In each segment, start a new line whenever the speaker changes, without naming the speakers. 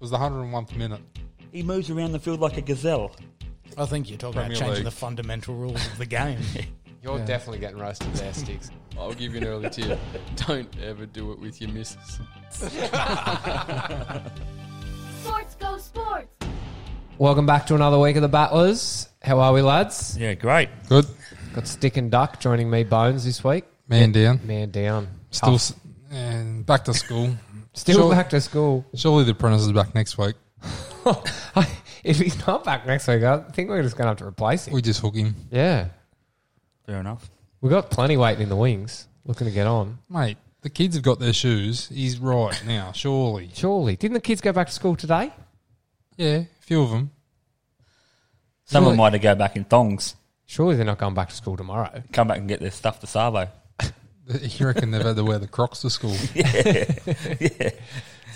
was the 101th minute.
He moves around the field like a gazelle.
I think you're talking
Premier
about changing
League.
the fundamental rules of the game.
You're definitely getting roasted there, Sticks.
I'll give you an early tip. Don't ever do it with your missus.
Sports go sports.
Welcome back to another week of the Battlers. How are we, lads?
yeah, great.
Good.
Got Stick and Duck joining me, Bones, this week.
Man down.
Man down.
Still
Tough.
s- and back to school.
still
Surely-
back to school.
Surely the apprentice is back next week.
if he's not back next week, I think we're just going to have to replace him.
We just hook him.
yeah.
Fair enough.
We've got plenty waiting in the wings, looking to get on.
Mate, the kids have got their shoes. He's right now, surely.
Surely. Didn't the kids go back to school today?
Yeah, a few of them.
Some of them might go back in thongs,
Surely they're not going back to school tomorrow.
come back and get their stuff to Sabo.
You reckon they've had to wear the Crocs to school?
It's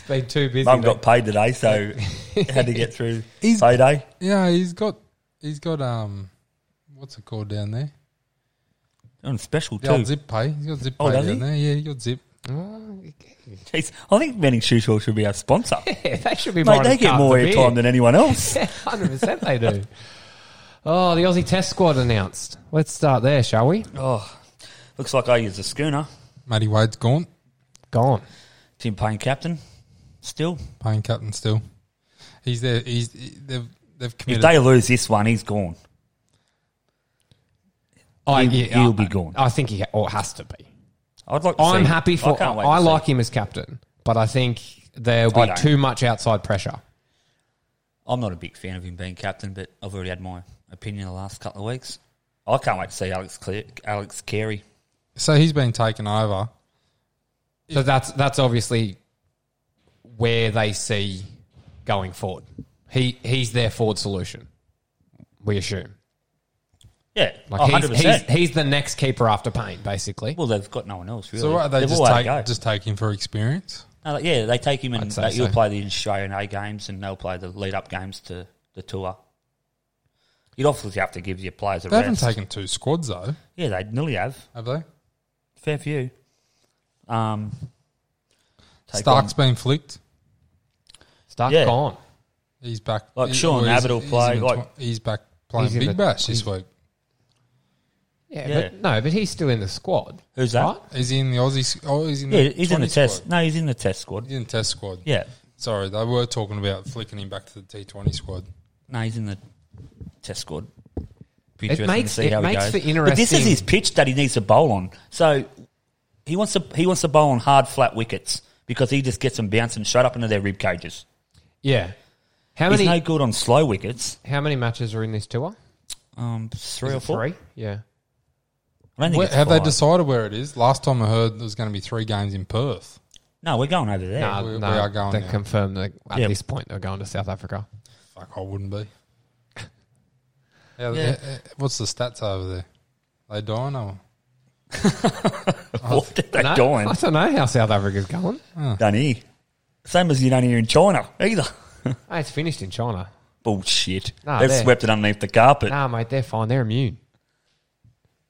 been too busy.
Mum
mate.
got paid today, so had to get through
He's-
payday.
Yeah, he's got, he's got um, what's it called down there?
On special
The
too.
old zip pay. He's got zip
Oh,
pay
does
down
he?
there. Yeah, he got zip.
Jeez, I think Manning Shoe Shore should be our sponsor.
Yeah, they should be
Mate,
buying
they
us
get
cartons
more
of beer.
airtime than anyone else.
Yeah, 100% they do. Oh, the Aussie Test squad announced. Let's start there, shall we?
Oh, looks like I use a schooner.
Matty Wade's gone.
Gone.
Tim Payne captain. Still,
Paying captain still. He's there. He's they've they've
if
committed.
they lose this one, he's gone.
I,
He'll-
yeah,
he'll
I-
be gone.
I think he ha- or has to be.
I'd like. To
I'm
see-
happy for. I,
can't wait to see.
like him as captain, but I think there'll
I
be
don't.
too much outside pressure.
I'm not a big fan of him being captain, but I've already had my opinion the last couple of weeks. I can't wait to see Alex Cle- Alex Carey.
so he's been taken over.
So that's that's obviously where they see going forward. He he's their forward solution. We assume.
Yeah,
Like he's,
100%.
he's he's the next keeper after Payne, basically.
Oh, well, they've got no one else really.
So what, are they
They've
just
all had
take
a go.
just take him for experience?
No, like, yeah, they take him and
I'd say
they, he'll
so.
play the Australian A games and they'll play the lead up games to the tour. You'd obviously have to give your players a
They haven't
rest.
taken two squads though,
yeah, they nearly have.
have they?
Fair few. Um, take
Stark's
on-
been flicked.
Stark
Yeah.
gone.
He's back.
Like
he-
Sean
or he's-
Abbott will
he's
play,
in the
like-
tw- he's back playing
He's in
Big
the-
Bash this week.
Yeah,
Yeah.
but no, but he's still in the squad.
Who's that?
Right?
Is he in the Aussie? s- Oh, he's in.
Yeah,
The
he's in
20
the test.
squad.
No, he's in the test squad.
He's in the test squad.
Yeah.
Sorry, they were talking about flicking him back to the T Twenty squad.
No, he's in the test squad. Be
It
interesting
makes-
to see
it
how he goes.
makes for
But this is
interesting-
his pitch that he needs to bowl on. So he wants to he wants to bowl on hard flat wickets because he just gets them bouncing straight up into their rib cages.
Yeah. How
He's
many
no good on slow wickets.
how many matches are in this tour?
Um, three
Is
or
it
four.
Three? Yeah.
I don't think
Where-
it's
have they
five.
decided where it is? Last time I heard, there was going to be three games in Perth.
No, we're going over there.
no,
we-
no,
we are going
they
now.
confirmed that at
Yeah.
this point they're going to South Africa.
Fuck, I wouldn't be. How-
Yeah.
eh, eh, what's the stats over there? They dying or
what did they
No,
doing?
I don't know how South Africa's going.
Don't hear. Same as you don't hear in China either.
Hey, Ah, it's finished in China.
Bullshit.
Nah,
They've
they're-
swept it underneath the carpet.
Nah, mate, they're fine. They're immune.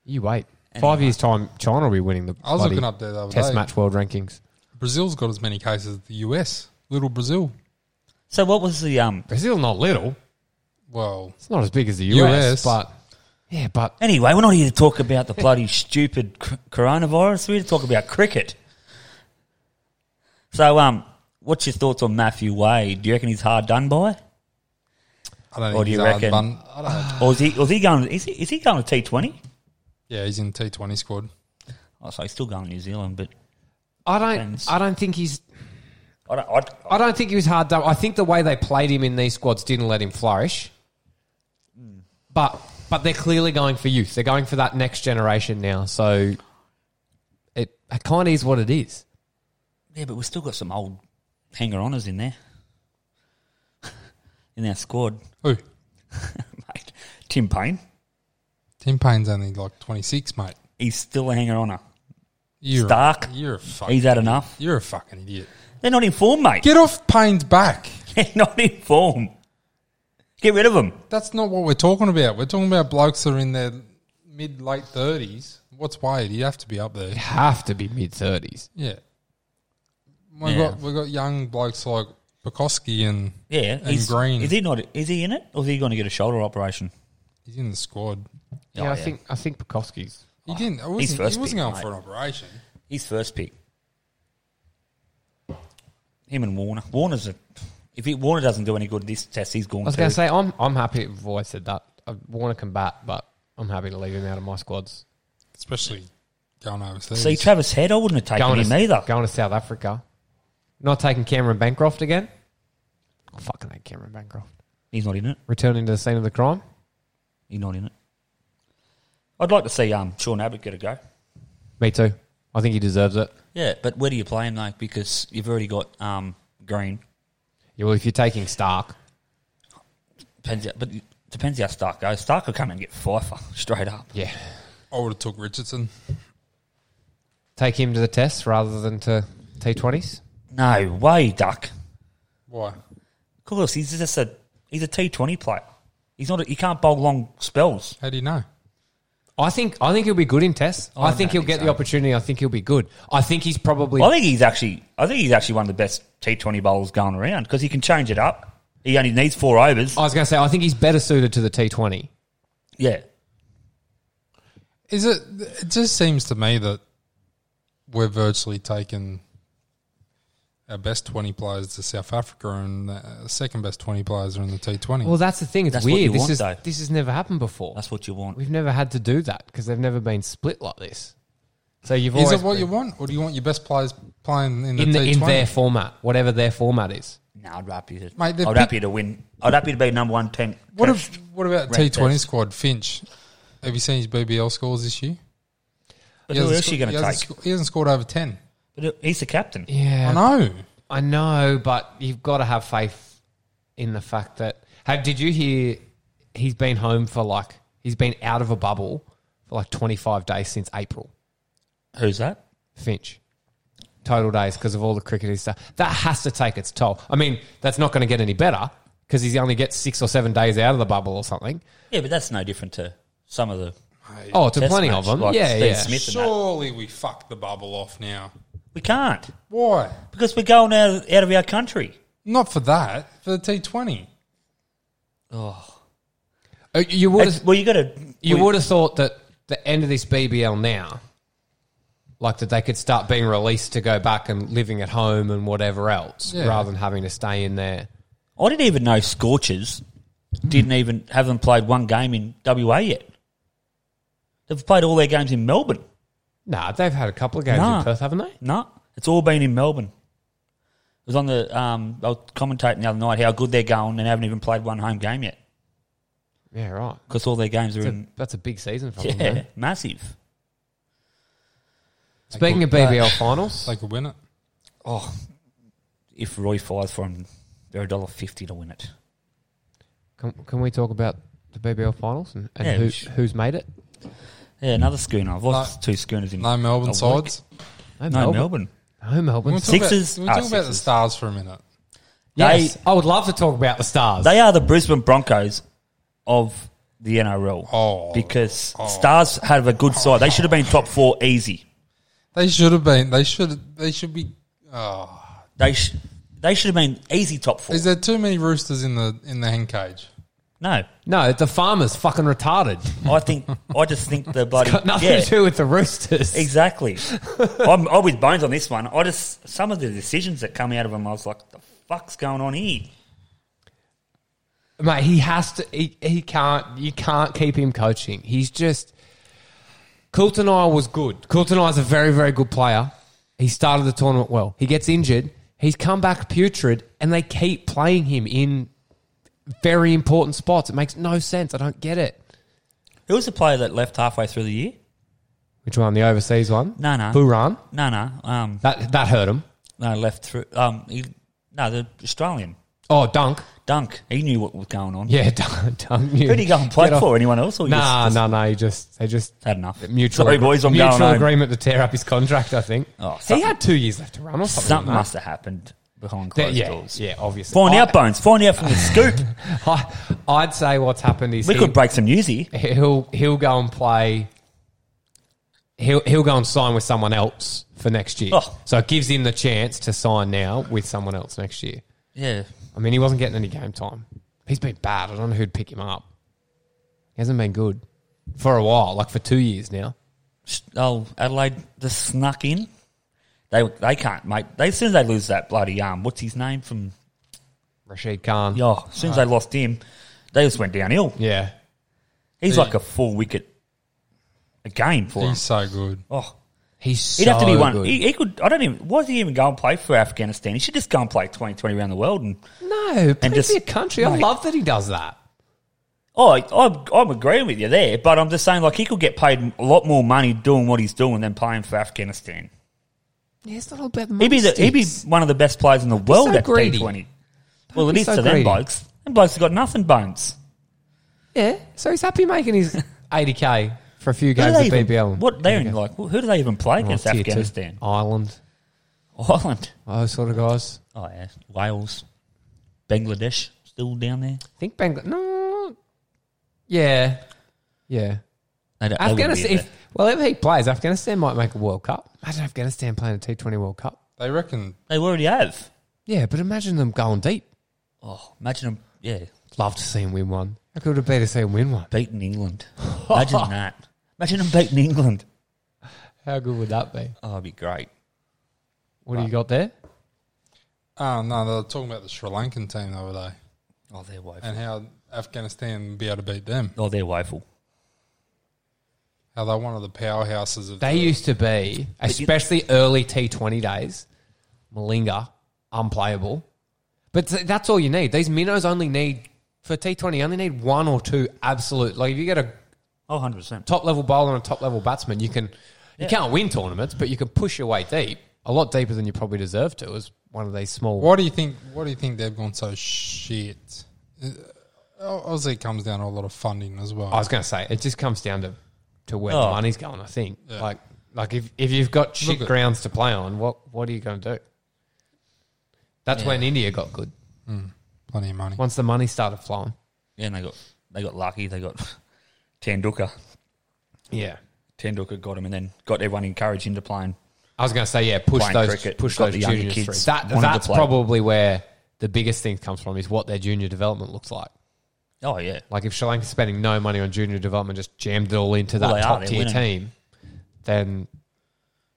You wait. Five years' time, China will be winning the
I was
bloody
looking up there the other
test
day.
match world rankings.
Brazil's got as many cases as the US. Little Brazil.
So what was the um?
Brazil not little.
Well,
It's not as big as the
US.
US, but yeah, but
Anyway, we're not here to talk about the bloody stupid cr- coronavirus. We're here to talk about cricket. So, um, what's your thoughts on Matthew Wade? Do you reckon he's hard done by,
I don't think
Or do
he's
you
hard
reckon-
bun-
or is he? Or is he going? Is he, is he going to T Twenty?
Yeah, he's in T Twenty squad.
Oh, so he's still going to New Zealand, but
I don't.
Depends.
I don't think he's.
I don't. I,
I don't think he was hard done. I think the way they played him in these squads didn't let him flourish. But but they're clearly going for youth. They're going for that next generation now. So it, it kind of is what it is.
yeah, but we've still got some old hanger oners in there in our squad,
Who?
mate. Tim Payne,
Tim Payne's only like twenty six, mate.
he's still a hanger oner.
You're
Stark.
A, you're a fucking.
He's had enough.
You're a fucking idiot.
They're not in form, mate.
Get off Payne's back.
They're not in form. Get rid of them.
That's not what we're talking about. We're talking about blokes that are in their mid late thirties. What's Wade? You have to be up there.
Have to be mid thirties.
Yeah. We
Yeah.
got we got young blokes like Pekoski and
Yeah,
And
he's-
Green.
Is he not? Is he in it, or is he going to get a shoulder operation?
he's in the squad.
Yeah,
Oh,
I think I think Pekoski's.
He didn't. It
He's
wasn't,
first
he wasn't
pick,
going
mate.
for an operation.
He's first pick. Him and Warner. Warner's a. If he, Warner doesn't do any good this test, he's gone.
I was going
too.
to say I'm I'm happy. I've always said that. I want to combat, but I'm happy to leave him out of my squads.
especially going overseas.
See, Travis Head, I wouldn't have taken
Going
him
to
either.
going to South Africa. Not taking Cameron Bancroft again. I fucking hate Cameron Bancroft.
He's not in it.
Returning to the scene of the crime.
He's not in it. I'd like to see um, Sean Abbott get a go.
Me too. I think he deserves it.
Yeah, but where do you play him though? Because you've already got um, Green.
Yeah, well, if you're taking Stark,
Depends, but it depends how Stark goes. Stark will come and get Pfeiffer straight up.
yeah,
I would have took Richardson.
take him to the test rather than to T20s.
No way, Duck.
Why?
Of course, he's just a he's a T twenty player. He's not. A, he can't bowl long spells.
How do you know?
I think I think he'll be good in tests.
I
I,
don't
think he'll
think
get
so.
the opportunity. I think he'll be good. I think he's probably
I think he's actually. I think he's actually one of the best T twenty bowlers going around because he can change it up. He only needs four overs.
I was going to say, I think he's better suited to the T20.
yeah,
Is it? It just seems to me that we're virtually taking our best twenty players to South Africa, and uh, second best twenty players are in the T Twenty.
Well, that's the thing. It's
That's what
weird.
you
this
want,
is
though.
this has never happened before.
that's what you want.
We've never had to do that because they've never been split like this. So you've
is
always
it what
been-
you want, or do you want your best players playing in the
in the,
T
in their
Twenty?
format, whatever their format is.
No, I'd happy to.
Mate, they're
I'd
big-
happy to win. I'd happy to be number one ten.
What
test.
if? What about
Rank
T Twenty
test.
squad? Finch. Have you seen his BBL scores this year?
But
He
who
hasn't
else are you
sco-
going
he
to
hasn't
take?
sco- he hasn't scored over ten.
But uh, he's the captain.
Yeah,
I know.
I know, but you've got to have faith in the fact that. Have, did you hear he's been home for like, he's been out of a bubble for like 25 days since April?
Who's that?
Finch. Total days because of all the cricketing stuff. That has to take its toll. I mean, that's not going to get any better because he's only gets six or seven days out of the bubble or something.
Yeah, but that's no different to some of the.
Oh, to
Test
plenty
match,
of them.
like
yeah,
Steve
yeah.
Smith. and that.
Surely we fucked the bubble off now.
We can't
Why?
because we're going out, out of our country.
Not for that. For the T Twenty.
Uh, You would
It's-
have,
well, you got to.
you would have thought that the end of this BBL now, like that they could start being released to go back and living at home and whatever else,
Yeah.
rather than having to stay in there.
I didn't even know Scorchers didn't even haven't played one game in WA yet. They've played all their games in Melbourne.
Nah, they've had a couple of games
Nah.
in Perth, haven't they?
No, it's all been in Melbourne. It was on the. Um, I was commentating the other night how good they're going and haven't even played one home game yet
Yeah, right.
because all their games are
That's
in.
a, that's a big season for
Mm. Yeah,
them. man.
massive.
Speaking of BBL finals,
They could win it.
Oh, if Roy fires for them, they're a dollar fifty to win it.
Can, can we talk about the BBL finals and, and
Yeah,
who,
we should.
who's made it?
Yeah, another schooner. I've lost two schooners in.
No
a
Melbourne
week.
sides.
No,
No Melbourne.
No Melbourne.
Can we talk
Sixers?
About,
Ah,
can we talk about the
Sixers.
Stars for a minute?
Yes,
They-
I would love to talk about the Stars.
They are the Brisbane Broncos of the NRL.
Oh.
because Stars have a good side. They should have been top four easy.
They should have been. They should. They should be. Oh.
They sh- they should have been easy top four.
Is there too many roosters in the in the hen cage?
no,
no, the Farmers fucking retarded.
I think I just think the bloody
Got nothing
yeah,
to do with the Roosters.
exactly. I'm, I'm with Bones on this one. I just some of the decisions that come out of them, I was like, the fuck's going on here?
Mate, he has to. He, he can't. You can't keep him coaching. He's just. Coulton Isle was good. Coulton Isle's a very, very good player. He started the tournament well. He gets injured. He's come back putrid, and they keep playing him in very important spots. It makes no sense. I don't get it.
Who was the player that left halfway through the year?
Which one? The overseas one?
No, no.
Buran.
No, no, um,
That that hurt him.
no, left through. Um, he, no, the Australian
Oh, Dunk.
Dunk. He knew what was going on.
Yeah, Dunk. Dunk knew.
Who did he go and play
Get off-
for? Anyone else? Or you
Nah,
just-
nah, nah. He just they just
Had enough.
mutual
Sorry, boys, I'm
mutual
going home.
agreement to tear up his contract. I think
Oh,
he
something-
had two years left to run or something.
Something
like
must have happened behind
that.
closed
yeah,
doors.
yeah, obviously.
Find
I,
out, Bones. Find out from the scoop.
I, I'd say what's happened is
We
he,
could break some news here.
he'll he'll go and play. He'll he'll go and sign with someone else for next year.
Oh.
So it gives him the chance to sign now with someone else next year.
Yeah.
I mean, he wasn't getting any game time. He's been bad. I don't know who'd pick him up. He hasn't been good for a while, like for two years now.
Oh, Adelaide just snuck in. They they can't, mate. They, as soon as they lose that bloody um, what's his name from?
Rashid Khan.
Oh, as soon as they lost him, they just went downhill.
Yeah.
He's
He-
like a full wicket a game for him.
He's so good.
Oh,
He's so
he'd have to be one.
good.
He, he could. I don't even. Why does he even go and play for Afghanistan? He should just go and play 2020 around the world. And
no, and
just-
just be a country. I
Mate.
love that he does that.
oh, I, I'm, I'm agreeing with you there, but I'm just saying like he could get paid a lot more money doing what he's doing than playing for Afghanistan.
Yeah, it's not all about the
He'd be the, he'd be
monsters.
one of the best players in the world
so
at
greedy.
T20. Well, it
be
is
so
to them
greedy.
blokes. Them blokes have got nothing bones.
Yeah, so he's happy making his 80k for a few
Who do
games
they
at
even-
BBL.
What they're in, like? Who do they even play
Oh,
against
tier two.
Afghanistan?
Ireland,
Ireland.
those sort of guys.
Oh yeah, Wales, Bangladesh, still down there.
I think Bangladesh. No, yeah, yeah.
They don't- they wouldn't be
Afghanistan.
there.
If, well, if he plays, Afghanistan might make a World Cup. Imagine Afghanistan playing a T20 World Cup.
They reckon
They already have.
Yeah, but imagine them going deep.
Oh, imagine them. Yeah,
Love to see him win one. How good would it be to see him win one?
beating England. Imagine that. Imagine them beating England.
How good would that be?
Oh, it'd be great.
What do you got there?
Oh no, they were talking about the Sri Lankan team the other day
Oh, they're woeful.
and how Afghanistan would be able to beat them.
oh, they're woeful.
How they're one of the powerhouses of
They used to be, especially early T20 days, Malinga, unplayable. But th- that's all you need. These minnows only need, for T20, you only need one or two absolute. Like if you get a
Oh, 100 percent.
top level bowler and a top level batsman, you can, you can't win tournaments, but you can push your way deep, a lot deeper than you probably deserve to as one of these small.
Why do you think? Why do you think they've gone so shit? Uh, Obviously, it comes down to a lot of funding as well.
I was going to say, it just comes down to, to where the
Oh.
money's going, I think. Like, like if, if you've got shit
at-
grounds to play on, what, what are you going to do? That's when India got good.
Plenty of money.
once the money started flowing.
Yeah, and they got they got lucky. They got Tanduka.
Yeah.
Tanduka got him, and then got everyone encouraged into playing.
I was going to say, yeah, push
Playing
those,
cricket,
push
got
those
the younger
juniors
kids
through. That,
wanted to
that's
play.
probably where the biggest thing comes from is what their junior development looks like.
Oh yeah,
Like if Sri Lanka's spending no money on junior development, just jammed it all into that
Well, they are,
top
they're
tier
winning.
team, then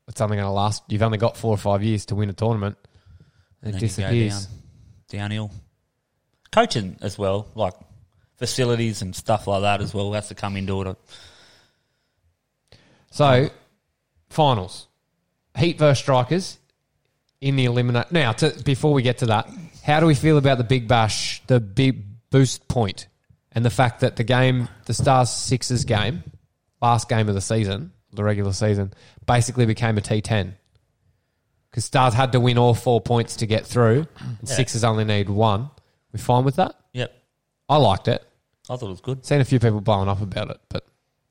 it's only going to last. You've only got four or five years to win a tournament. And it
then you go
disappears.
down, downhill. Coaching as well, like facilities and stuff like that as well has to come into it.
So, finals, Heat versus Strikers in the eliminate. Now, to, before we get to that, how do we feel about the Big Bash, the big boost point, and the fact that the game, the Stars Sixers game, last game of the season, the regular season, basically became a T10 because Stars had to win all four points to get through, and Sixers only need one. We fine with that?
Yep,
I liked it.
I thought it was good.
Seen a few people blowing up about it, but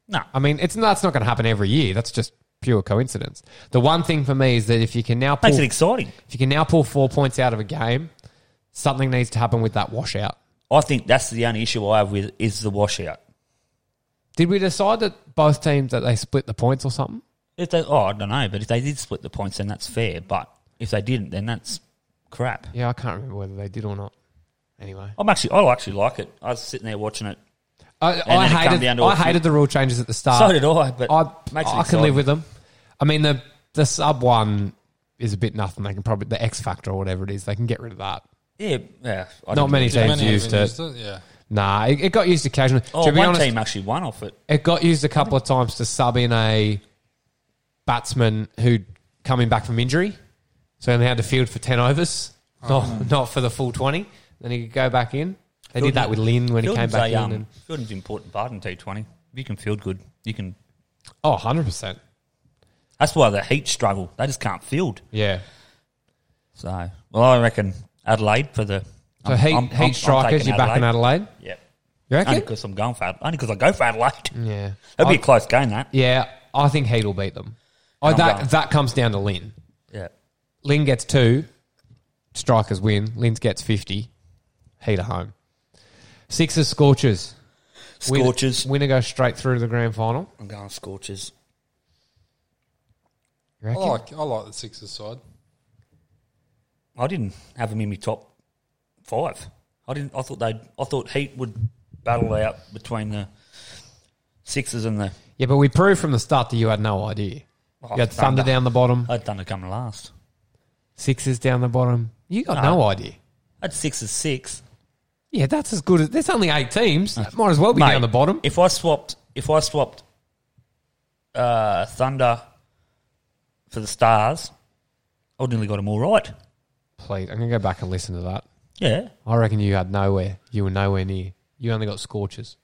No,
I mean, it's that's not going to happen every year. That's just pure coincidence. The one thing for me is that if you can now pull,
makes it
if
exciting.
you can now pull four points out of a game, something needs to happen with that washout.
I think that's the only issue I have with is the washout.
Did we decide that both teams that they split the points or something?
If they, oh, I don't know, but if they did split the points, then that's fair. But if they didn't, then that's crap.
Yeah, I can't remember whether they did or not. Anyway,
I'm actually, I actually like it. I was sitting there watching it.
I,
then
I
it come down
hated
to a
I
few-
hated the rule changes at the start.
So did I, but
Uh, I,
makes it
I can
exciting.
live with them. I mean, the the sub one is a bit nothing. They can probably the X factor or whatever it is. They can get rid of that.
Yeah, yeah. I
Not
didn't
many
really-
teams
Many
used
haven't
it.
Yeah,
Nah, it, it got used occasionally.
Oh,
to be
one
honest,
team actually won off it.
It got used a couple of times to sub in a batsman who'd coming back from injury. So he only had to field for 10 overs,
Oh.
not, not for the full 20. Then he could go back in. They did that with Lynn when he came
Fielding's
back
a,
in.
um,
and,
fielding's an important part in T20. If You can field good. You can.
oh, 100%.
That's why the Heat struggle. They just can't field.
Yeah.
So, well, I reckon Adelaide for the.
So
I'm-
Heat,
I'm-
heat
I'm- I'm
strikers,
taking
you're back in Adelaide.
Yeah,
You
only
reckon?
because I'm going for Ad- only because I go for Adelaide.
Yeah.
That'd be
I-
a close game. That.
yeah, I think Heat will beat them. Oh,
I'm
that,
going.
that comes down to Lynn.
Yeah.
Lynn gets two, strikers win. Lynn gets 50, Heat at home. Sixers, Scorchers. Winner-
Scorches.
Winner goes straight through to the grand final.
I'm going scorches.
You
I
reckon?
like I like the Sixers side.
I didn't have them in my top five. I didn't. I thought they. I thought Heat would battle out between the Sixers and the.
Yeah, but we proved from the start that you had no idea.
Oh,
you had Thunder down the bottom,
I had Thunder coming last.
Sixers down the bottom. You got no, idea.
I had Sixers six.
Yeah, that's as good as. There's only eight teams. That might as well be
Mate,
down the bottom.
If I swapped, if I swapped uh, Thunder for the Stars, I would nearly got them all right.
Please, I'm going to go back and listen to that.
Yeah.
I reckon you had nowhere. You were nowhere near. You only got scorches.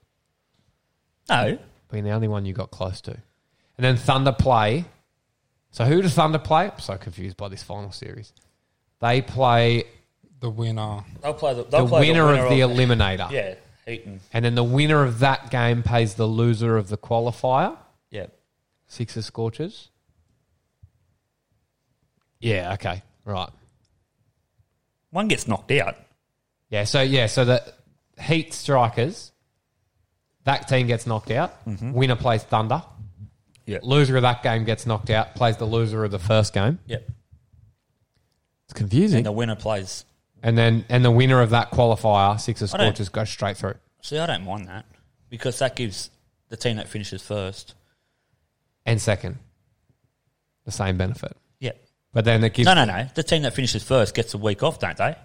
No.
being the only one you got close to. And then Thunder play. So who does Thunder play? I'm so confused by this final series. They play
The winner.
They'll play the,
the
they'll play
winner, of the
of-
eliminator.
yeah Heat and
And then the winner of that game pays the loser of the qualifier.
yeah.
Sixers scorches. Yeah, okay. Right.
One gets knocked out.
Yeah, so yeah, so the Heat Strikers, that team gets knocked out. Winner plays Thunder.
Mm-hmm. Yeah.
Loser of that game gets knocked out, plays the loser of the first game.
Yep.
It's confusing.
And the winner plays.
And then and the winner of that qualifier, Sixers
I don't-
scorches, goes straight through.
See, I don't mind that because that gives the team that finishes first.
And second. The same benefit.
Yeah.
But then it gives
No, no, no. The team that finishes first gets a week off, don't they?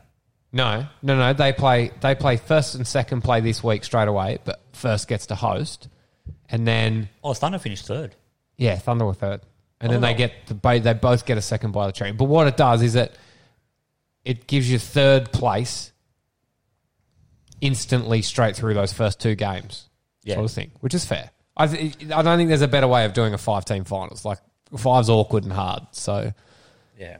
no, no, no. They play they play first and second play this week straight away, but first gets to host. And then
Oh, Thunder finished third.
yeah, Thunder were third. And then
Oh.
they get the bo- they both get a second by the train. But what it does is it it gives you third place instantly straight through those first two games.
Yeah.
sort of thing, which is fair. I, th- I don't think there's a better way of doing a five team finals. Like five's awkward and hard, so
Yeah.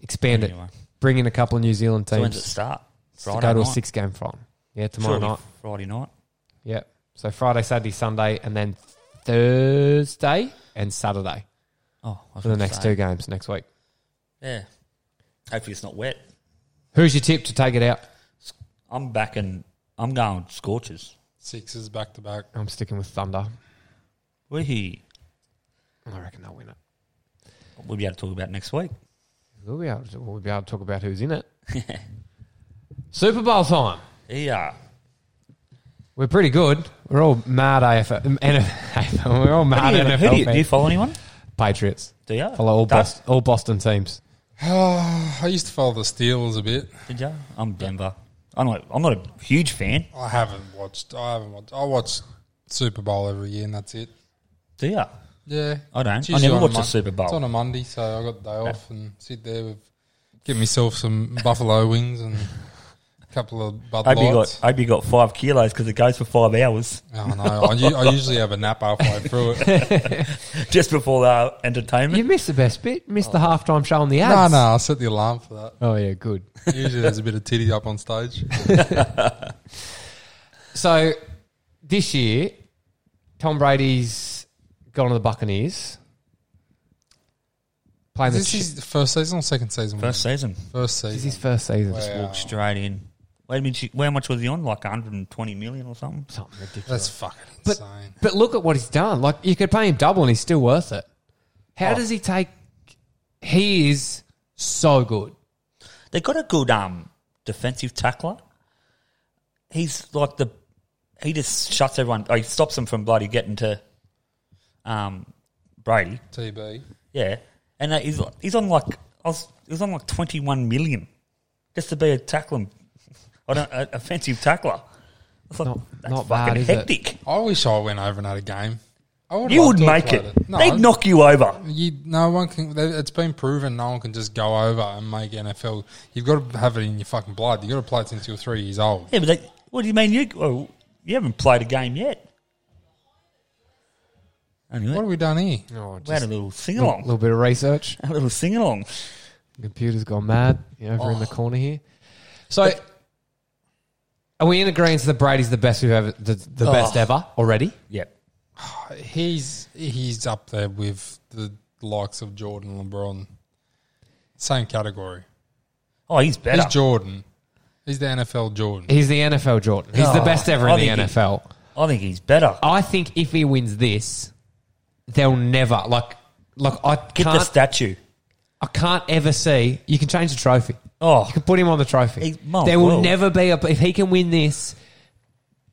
expand
Anyway.
it. Bring in a couple of New Zealand
So when does it
teams
start?
to
Friday
go to a
night?
six game final. Yeah, tomorrow
Surely
night.
Friday night.
Yeah, so Friday, Saturday, Sunday, and then Thursday and Saturday
Oh, I was
for the next two games next week.
Yeah. Hopefully it's not wet.
Who's your tip to take it out?
I'm back and I'm going scorches.
Sixes back to back.
I'm sticking with Thunder.
We
I reckon they'll win it.
we'll be able to talk about next week.
We'll be able to, we'll be able to talk about who's in it. Super Bowl time.
Yeah.
We're pretty good. We're all mad AFL. um, NFL. We're all
Who
mad
do you, who do,
NFL
you, do you
fans.
follow anyone?
Patriots.
Do you?
Follow all,
Dave,
Bos- all Boston teams.
I used to follow the Steelers a bit.
Did you? I'm Denver. I'm not. I'm not a huge fan.
I haven't watched. I haven't watched. I watch Super Bowl every year, and that's it.
Do you?
Yeah,
I don't.
It's
I
usually
never
on
watch the
Mon-
Super Bowl.
It's on a Monday, so I got the day off and sit there with get myself some buffalo wings and a couple of Bud
Obi got
Lights.
Obi got five kilos because it goes for five hours
Oh no, I, u- I usually have a nap halfway through it.
just before the entertainment.
You missed the best bit. Missed the halftime show on the
No,
ads.
no, I set the alarm for
Oh, yeah, good.
that. Usually there's a bit of titty up on stage.
So this year, Tom Brady's gone to the Buccaneers. Playing
Is this
the Chi-
his first season or second season?
First season,
First
This is
season.
his first season.
Wow.
walk straight in. Wait a minute, how much was he on? Like 120 million or something.
Something ridiculous.
That's fucking
But-
insane.
But look at what he's done. Like you could pay him double and he's still worth it. How
Oh.
does he take? He is so good.
They got a good um defensive tackler. He's like the he just shuts everyone. oh, He stops them from bloody getting to um Brady.
TB.
Yeah, and uh, he's he's on like I was, he was on like 21 million just to be a tackling, I don't a offensive tackler. It's like,
Not-
that's
not bad,
fucking
is it?
hectic.
I wish I went over and had a game. I would
You
love
would
to have
make it.
played No,
They'd knock you over.
You, no one can. they- It's been proven no one can just go over and make NFL. You've got to have it in your fucking blood. You've got to play it since you're three years old.
Yeah, but they, what do you mean you? Well, you haven't played a game yet. Anyway,
What have we done here?
Oh,
we had a little sing along.
A little bit of research.
a little sing along.
Computer's gone mad you know, over in the
Oh.
corner here. So, are we in agreement that Brady's the best we've ever, the, the best ever already?
Oh. Yep.
He's he's up there with the likes of Jordan, LeBron. Same category.
Oh, he's better.
He's Jordan. He's the NFL Jordan.
He's the NFL Jordan. He's the
Oh,
best ever
I
in the
think he-
NFL.
I think he's better.
I think if he wins this, they'll never like. Look, I
Get the
can't.
statue.
I can't ever see. You can change the trophy.
Oh,
could put him on the trophy.
He- my
there will
world.
never be a if he can win this.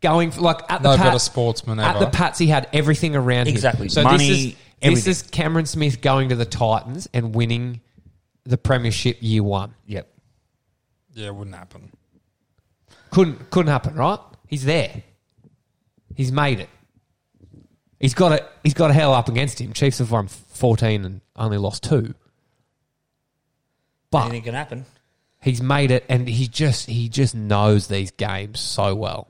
Going for, like at the
No
Pat-
better sportsman
at
ever.
the Pats, he had everything around him.
Exactly.
So
Money,
this is this
everything.
is Cameron Smith going to the Titans and winning the premiership year one.
yep.
Yeah, it wouldn't happen.
Couldn't couldn't happen, right? He's there. He's made it. He's got it. He's got a hell up against him. Chiefs have won fourteen and only lost two. But
Anything can happen.
he's made it and he just he just knows these games so well.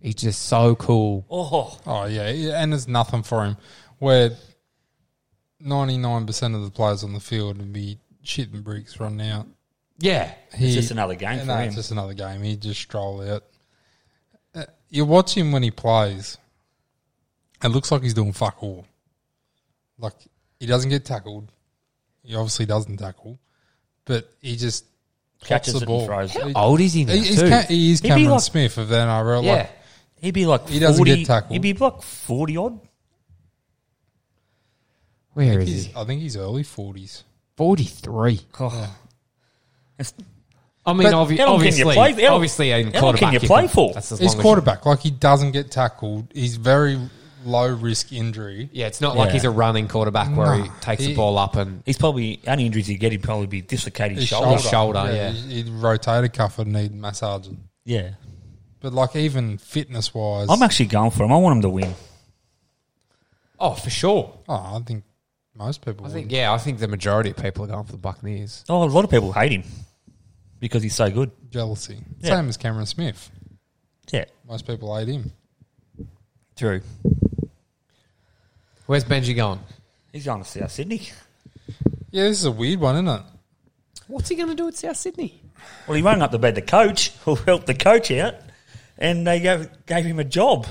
He's just so cool.
Oh,
Oh yeah, yeah, and there's nothing for him. Where ninety nine percent of the players on the field would be shit and bricks running out.
Yeah.
He,
just another game
no,
for him.
It's just another game. He just stroll out. Uh, You watch him when he plays. It looks like he's doing fuck all. Like he doesn't get tackled. He obviously doesn't tackle, but he just pops
catches
the
it
ball.
and throws it.
How old is he now?
He- He's,
too?
ca- he is
be
Cameron
like-
Smith of the NRL.
yeah.
Like,
He'd be like
He doesn't
40,
get tackled.
He'd be like forty odd.
Where is
he's,
he?
I think he's early forties.
Forty three.
Oh. It's-
I mean,
But
obvi-
how long can you
obviously,
play- how long-
obviously, in
how long can
quarterback
you
you
play for?
That's as
He's
long as-
quarterback. Like he doesn't get tackled. He's very low risk injury.
Yeah, it's not like
Yeah.
he's a running quarterback where he
Nah,
takes
he-
the ball up and
He's probably only injuries he'd get. He'd probably be dislocated
His
shoulder.
shoulder,
shoulder, yeah.
his, his rotator cuff would need massaging.
Yeah,
But like even fitness wise,
I'm actually going for him. I want him to win.
oh, for sure.
oh, I think most people.
I
would.
think yeah, I think the majority of people are going for the Buccaneers.
Oh, a lot of people hate him because he's so good.
jealousy.
Yeah.
Same as Cameron Smith.
Yeah,
Most people hate him.
true.
Where's Benji going?
He's going to South Sydney.
Yeah, this is a weird one, isn't it?
What's he going to do at South Sydney?
Well, he rang up to bed the coach who helped the coach out, and they gave, gave him a job,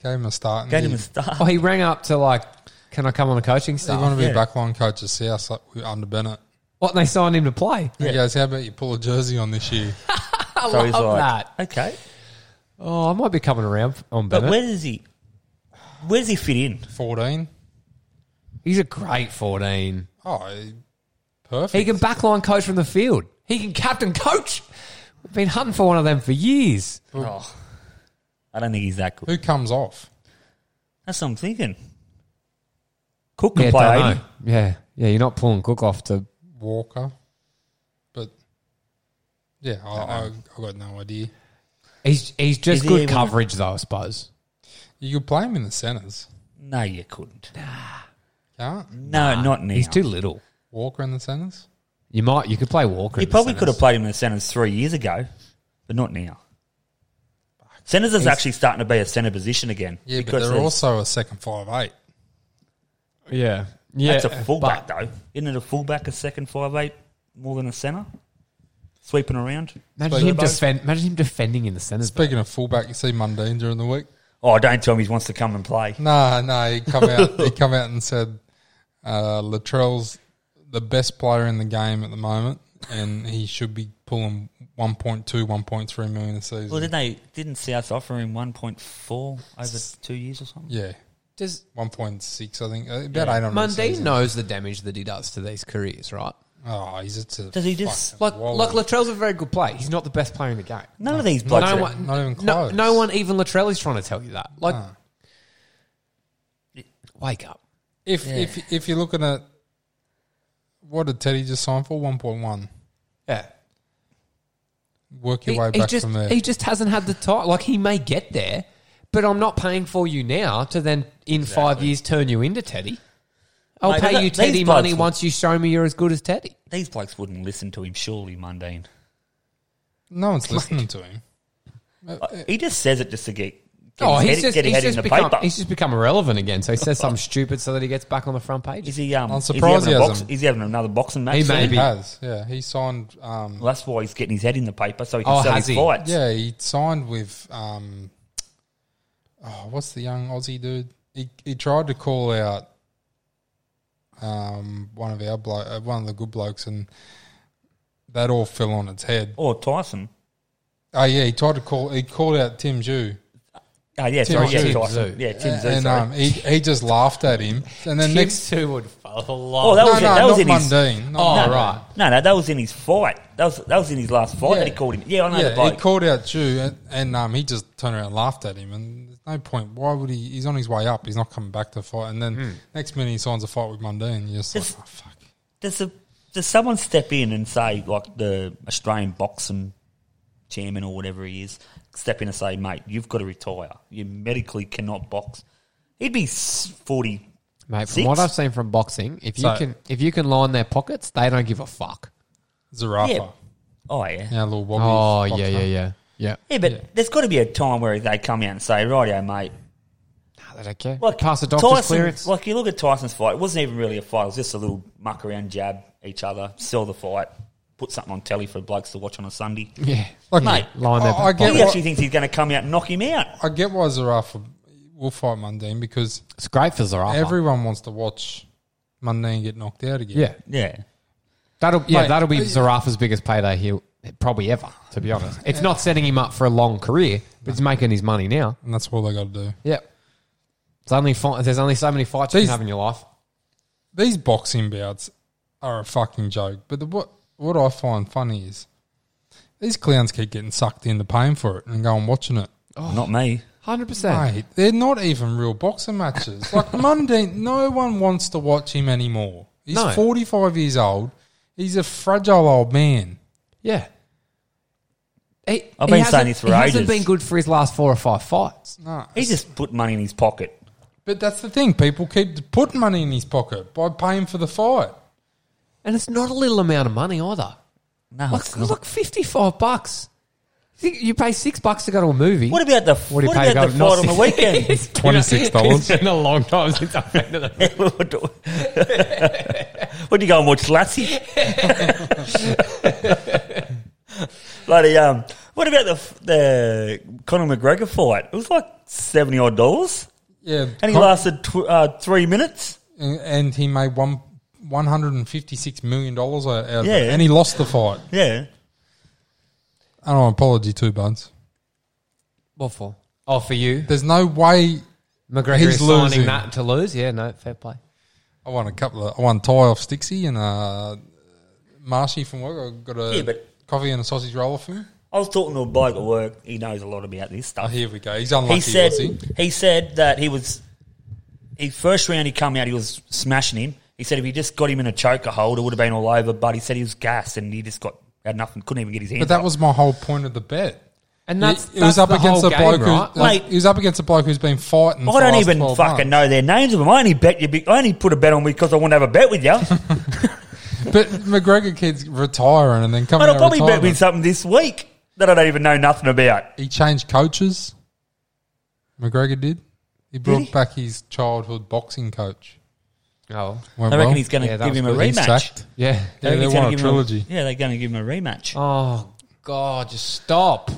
Gave him a start. And
gave
he,
him a start.
Oh, he rang up to like, can I come on the coaching staff?
want to be
yeah.
backline coach of South like we- under Bennett.
What and they signed him to play?
He goes, "How about you pull a jersey on this year?"
I
So he's
love
like,
that.
okay,
Oh, I might be coming around on
but
Bennett.
where does he? Where does he fit in?
Fourteen.
He's a great fourteen.
Oh, he- perfect.
He can backline coach from the field. He can captain coach. We've been hunting for one of them for years.
Oh, I don't think he's that good.
Who comes off?
That's what I'm thinking. Cook can play.
don't know.
80.
yeah, yeah. You're not pulling Cook off to
Walker. But yeah, I, I, I got no idea.
He's he's
Is
just
he
good
even-
coverage though, I suppose.
You could play him in the centres.
No, you couldn't.
Can't
No, not now.
He's too little.
Walker in the centres?
You might you could play Walker.
You
in the
probably
centres.
could have played him in the centres three years ago, but not now. Centres is actually starting to be a centre position again.
Yeah, but
because
they're
there's-
also a second five eight.
Yeah, yeah.
that's a fullback though, isn't it? A fullback a second five eight more than a centre, sweeping around.
Imagine him defend. Imagine him defending in the centres.
Speaking of fullback, you see Mundine during the week.
Oh, don't tell me he wants to come and play.
No, no, he come out. he come out and said, uh, "Latrell's the best player in the game at the moment, and he should be pulling 1.2, 1.3 million a season."
Well, didn't they? Didn't South offer him one point four over two years or something?
yeah,
Does
one point six, I think, uh, about eight hundred.
Mundine knows the damage that he does to these careers, right?
Oh, he's just a
Does he just-
Like,
fucking wall.
like Latrell's a very good player. He's not the best player in the game.
None of these blokes.
No
are-
one,
not even
no,
close.
no one, even Latrell is trying to tell you that. Like, wake up.
if if if you're looking at what did Teddy just sign for? One point one.
Yeah,
Work your
He-
way
he,
back
just,
from there.
He just hasn't had the time. Like he may get there, but I'm not paying for you now to then in five years turn you into Teddy. I'll
Mate, but
pay
th-
you
these
Teddy
blokes
money
would-
once you show me you're as good as Teddy.
These blokes wouldn't listen to him. Surely, mundane.
no one's listening to him.
Uh, He just says it just to get. get
Uh, oh,
his
he's
head-
just
get his
he's
head in
just
the
become
paper.
he's just become irrelevant again. So he says something stupid so that he gets back on the front page.
Is he? Um,
I'm
is he
surprised
having a
he
box-
hasn't.
Is he having another boxing match?
He
soon?
may
He
be.
has, yeah. He signed. Um,
Well, that's why he's getting his head in the paper so he can
Oh,
sell
has
his
he?
fights.
yeah, he signed with. Um, oh, what's the young Aussie dude? He he tried to call out um, one of our blo- uh, one of the good blokes, and that all fell on its head.
Or Tyson.
Oh yeah, he tried to call. He called out Tim Jew.
Oh, yeah,
Tim
sorry, yeah,
Zoo.
Tyson.
Zoo.
Yeah, Tim Zoo.
and
sorry.
um, he, he just laughed at him. And then
Tim
next,
Sue would fall
oh,
off.
that
no,
was
no,
in, that was
not
in his.
mundane. Not
Oh,
mundane.
right.
No, no, that was in his fight. That was that was in his last fight
Yeah.
that he called him. Yeah, I know the
Yeah, he
bloke.
called out Jew, and, and um, he just turned around and laughed at him. And there's no point. Why would he? He's on his way up. He's not coming back to fight. And then next minute, he signs a fight with Mundine. You're just like,
Hmm. Just-
oh, fuck.
does a, does someone step in and say like the Australian boxing chairman or whatever he is step in and say, mate, you've got to retire. You medically cannot box. He'd be s- forty.
Mate, from
Six.
what I've seen from boxing, if you
So-
can if you can line their pockets, they don't give a fuck.
Zarafa.
Yeah. Oh yeah.
Our little wobbly.
Oh yeah,
boxer.
yeah, yeah, yeah.
Yeah, but there's got to be a time where they come out and say, "Rightio, mate."
Nah, they don't care.
Like
Pass the doctor's
Tyson,
clearance.
Like you look at Tyson's fight; it wasn't even really a fight. It was just a little muck around, jab each other, sell the fight, put something on telly for blokes to watch on a Sunday.
yeah,
Like,
Mate,
line their
I- I get
He
what-
actually thinks he's going to come out and knock him out.
I get why Zarafa will fight Mundine because
It's great for Zarafa.
everyone wants to watch Mundine get knocked out again.
yeah,
Yeah.
that'll yeah
Mate,
that'll be
I-
Zarafa's biggest payday he'll probably ever. To be honest, it's not setting him up for a long career, but he's making his money now.
And that's all they got to do.
Yep. It's only fi- there's only so many fights you
These-
can have in your life.
These boxing bouts are a fucking joke. But the, what, what I find funny is these clowns keep getting sucked into paying for it and going watching it.
Oh.
Not me.
Hundred percent.
Mate, they're not even real boxing matches. Like Monday, no one wants to watch him anymore. He's
No.
45 years old. He's a fragile old man.
Yeah. He,
I've
he
been saying
hasn't-
this for
he hasn't
ages.
been good for his last four or five fights.
No,
He just put money in his pocket.
but that's the thing. People keep putting money in his pocket by paying for the fight.
And it's not a little amount of money either.
No,
Look, look 55 bucks. You think- You pay six bucks to go to a movie.
What about the
What
what,
do you pay to
about
go
the
to
fight on the weekend?
$26.
been a long time since I've been to the
what do what do you go and watch Lassie? Bloody um. What about the f- the Conor McGregor fight? It was like seventy odd dollars,
Yeah,
and he
Con-
lasted tw- uh, three minutes.
and, and he made one one hundred and fifty six million dollars out of
Yeah.
it, and he lost the fight.
Yeah,
And an apology too, Buns.
What for? Oh, for you.
There's no way
McGregor
He's
is signing
losing.
that to lose. Yeah, no, fair play.
I won a couple of. I won tie off Stixie and uh, Marshy from work. I got a
Yeah, but-
coffee and a sausage roller for him.
I was talking to a bloke at work. He knows a lot about
Oh,
this stuff.
here we go. He's unlucky.
he said
was he?
he said that he was his first round he come out he was smashing him. He said if he just got him in a choker hold it would have been all over. But he said he was gassed and he just got had nothing, couldn't even get his hands.
But that
up.
was my whole point of the bet.
And that's,
it, it was up against
the
a
whole
bloke
game,
who,
right?
like,
Mate.
he was up against a bloke who's been fighting. for the
I don't
last
even
12
fucking
months.
know their names of them. I only bet you. Be, I only put a bet on because I want to have a bet with you. and
But McGregor kids retiring and then coming
I'll
out
probably
probably
bet with something this week that I don't even know nothing about.
He changed coaches. McGregor did. He brought
he?
back his childhood boxing coach.
Oh,
Went
I reckon
well.
he's going to
Yeah, that
give
was
him a
good.
He's
rematch.
sacked.
yeah.
I
Yeah,
reckon
they
he's
want
gonna
a
give him
trilogy.
yeah, they're going to give him a rematch.
Oh, God, just stop.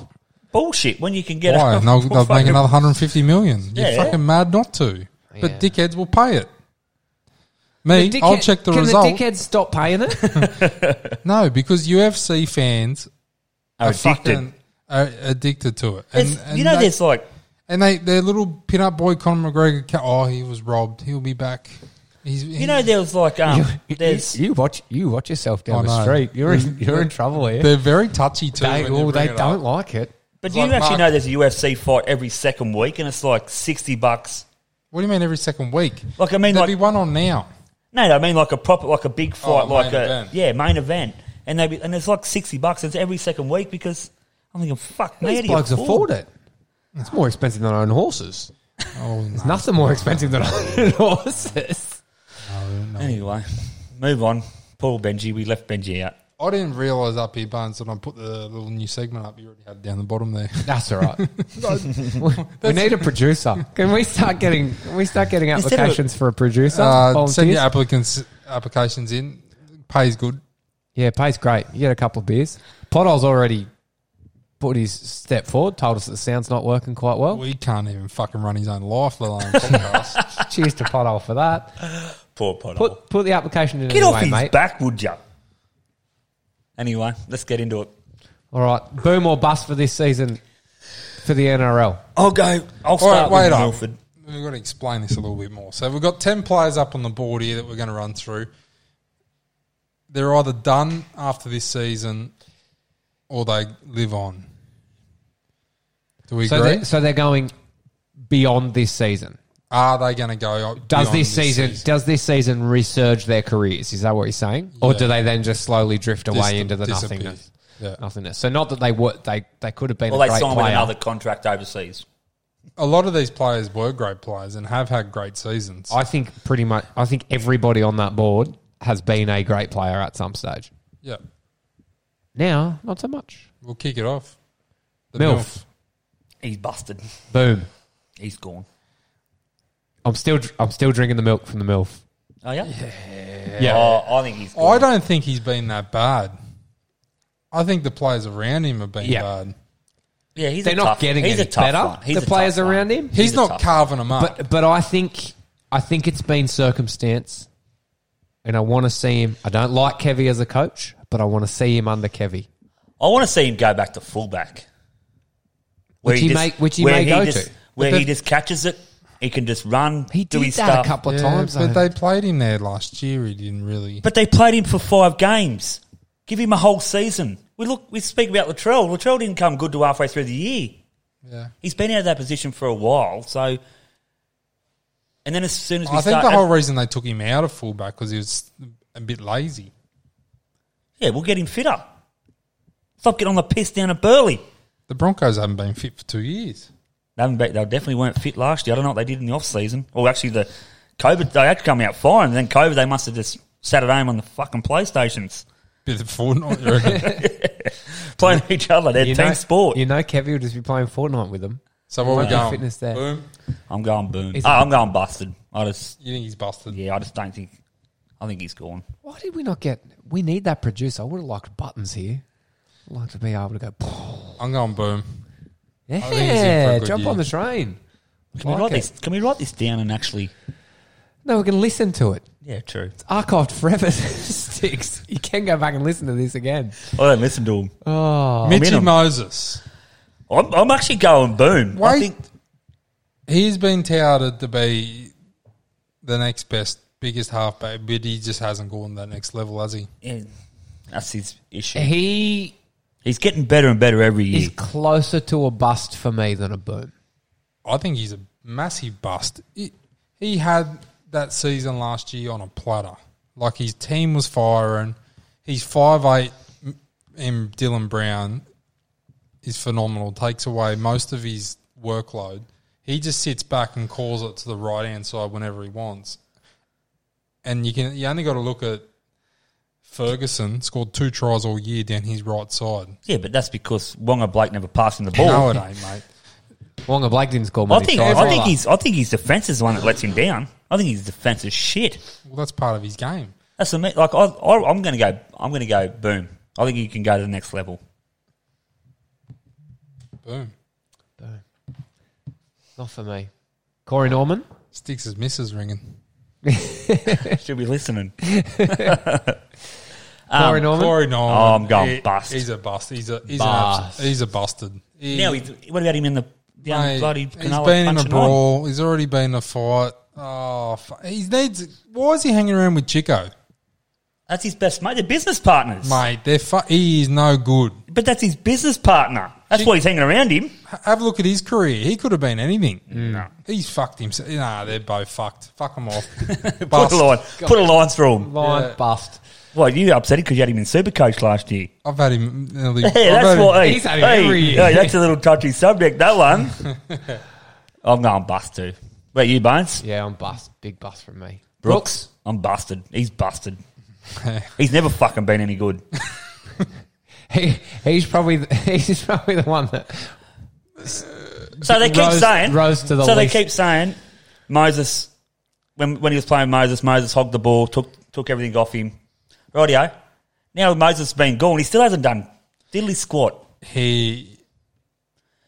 Bullshit. When you can get
Why?
a
And they'll, they'll make
fucking-
another 150 million. You're
Yeah.
fucking mad not to. But
Yeah.
dickheads will pay it. Me,
The dickhead-
I'll check the
can
result.
the dickheads stop paying it?
no, because UFC fans
Are
are,
addicted.
fucking are addicted to it.
It's- you know,
they,
there's like
and they their little pin-up boy Conor McGregor. ca- Oh, he was robbed. He'll be back. He's,
you know there was like um there's
you watch you watch yourself down
I
the
know.
street. You're in, you're in trouble here.
they're very touchy too.
They,
when you
oh,
bring
they
it
don't
up.
like it.
But
It's
do you
like
actually
Mark-
know there's a UFC fight every second week, and it's like sixty bucks.
What do you mean every second week?
Like I mean,
There'll
like
be one on now.
no, no, I mean like a proper, like a
Oh,
big fight,
main
like a
event.
yeah, main event, and they be, and it's like sixty bucks. It's every second week because I'm thinking, fuck, man,
These blokes afford it. It's more expensive than own horses.
Oh no,
Nothing more expensive than own horses.
Anyway, move on. Paul Benji, we left Benji out.
I didn't realize up here, Barnes, that I put the little new segment up. You already had down the bottom there.
That's all right. we need a producer. Can we start getting can we start getting
Instead of-
applications for a producer?
Uh, send
Volunteers?
your applicants applications in. Pays good.
Yeah, pays great. You get a couple of beers. Podol's already put his step forward, told us that the sound's not working quite well.
We can't even fucking run his own life, let alone podcast.
Cheers to Podol for that.
Poor Potter.
Put put the application in
Get
anyway,
off his
mate.
back, would ya? Anyway, let's get into it.
All right, boom or bust for this season for for the NRL?
I'll go. I'll start
wait
with
up.
Milford.
We've got to explain this a little bit more. So we've got 10 players up on the board here that we're going to run through. They're either done after this season or they live on. Do we
So
agree?
they're, so they're going beyond this season.
Are they going to go?
Does
beyond
this season, does this season resurge their careers? Is that what you're saying, or
Yeah.
do they then just slowly drift away
Dis-
into the
disappear.
nothingness?
Yeah.
Nothingness. So not that they were they they could have been
Or
a
they
great
sign
player.
with another contract overseas.
A lot of these players were great players and have had great seasons.
I think pretty much. I think everybody on that board has been a great player at some stage.
yeah,
Now, not so much.
we'll kick it off. The
Milf.
He's busted.
Boom.
He's gone.
I'm still I'm still drinking the milk from the milf.
Oh yeah.
Yeah.
Oh, I think he's.
I
Gone.
don't think he's been that bad. I think the players around him have been
Yeah.
bad.
Yeah, he's.
They're
a
not
tough,
getting
he's
any
a tough
better,
One. He's a
the
tough
players
one.
around him.
He's,
a
not
tough
carving them up.
But but I think I think it's been circumstance, and I want to see him. I don't like Kevy as a coach, but I want to see him under Kevy.
I want to see him go back to fullback. Where
Which he may- which he
where
may go
just-
to.
Where
But
he
the-
just catches it, he can just run.
He
do
did that
his stuff.
a couple of
Yeah,
times,
but
though.
they played him there last year. He didn't really.
But they played him for five games. Give him a whole season. We look. We speak about Latrell. Latrell didn't come good to halfway through the year.
Yeah,
He's been out of that position for a while. So, and then as soon as we
I think
start,
the whole reason they took him out of fullback because he was a bit lazy.
yeah, we'll get him fitter. Stop getting on the piss down at Burley.
The Broncos haven't been fit for two years.
They, haven't been, they definitely weren't fit last year. I don't know what they did in the off season. Or actually, the COVID they had to come out fine. And then COVID, they must have just sat at home on the fucking PlayStations
Bit of Fortnite, you reckon?
playing each other. They're team
know,
sport.
You know, Kevy will just be playing Fortnite with them.
so what we
Right.
going?
Fitness there.
Boom.
I'm going boom.
Is
Oh,
it-
I'm going busted. I just
You think he's busted?
yeah, I just don't think. I think he's gone.
Why did we not get? We need that producer. I would have liked buttons here. I'd like to be able to go.
I'm going boom. he's in for a
Yeah,
good
jump
year.
on the train.
Can we
Like
write
it.
this? Can we write this down and actually?
No, we can listen to it.
Yeah, true.
Archived forever sticks. You can go back and listen to this again.
I don't listen to him.
Mitchy
him.
Moses.
Uh, I'm, I'm actually going boom. I
Wait.
think
He's been touted to be the next best, biggest halfback, but he just hasn't gone that next level, has he?
yeah, that's his issue.
He
He's getting better and better every year.
is closer to a bust for me than a boom.
I think he's a massive bust. He, he had that season last year on a platter. Like his team was firing. He's 5'8 m- and Dylan Brown is phenomenal. Takes away most of his workload. He just sits back and calls it to the right hand side whenever he wants. And you can you only got to look at Ferguson scored two tries all year down his right side.
yeah, but that's because Wonga Blake never passed him the ball.
No, it ain't, mate.
Wonga Blake didn't score
I
many
think
tries
I think
either.
he's I think his defense is the one that lets him down. I think his defense is shit.
Well, that's part of his game.
That's the me- like I, I I'm going to go I'm going to go boom. I think you can go to the next level.
Boom.
not for me. Corey Norman.
Sticks his missus ringing.
Should be listening. Um,
Corey Norman.
Corey Norman.
Oh, I'm going
He-
bust.
He's a bust. He's a he's, An
Bust.
abs- he's a busted. He,
now he's, what about him in the down
mate,
bloody
he's
Cronulla
been in a
punching on?
brawl. He's already been in a fight. Oh, fu- he needs. Why is he hanging around with Chico,
That's his best mate. They're business partners,
mate? They're fu- he is no good.
but that's his business partner. That's why he's hanging around him.
H- Have a look at his career. He could have been anything.
Mm.
No, he's fucked himself. Nah, they're both fucked. Fuck them off.
Put
Bust.
a line, put a line through him.
Line
Yeah.
bust.
Well, you upset because you had him in Supercoach last year.
I've had him. Nearly,
Hey,
I've
that's
had him-
what. Hey,
He's had him
hey,
every year.
hey, that's a little touchy subject. That one. I'm going bust too. Wait, you Bones?
Yeah, I'm bust. Big bust from me.
Brooks, I'm busted. He's busted.
Yeah.
He's never fucking been any good.
He, he's probably the, he's probably the one that
So they keep
Rose-
saying.
rose to the
so
least.
they keep saying Moses. When when he was playing Moses, Moses hogged the ball, took took everything off him. Rightio. Now Moses has been gone. He still hasn't done diddly squat.
He.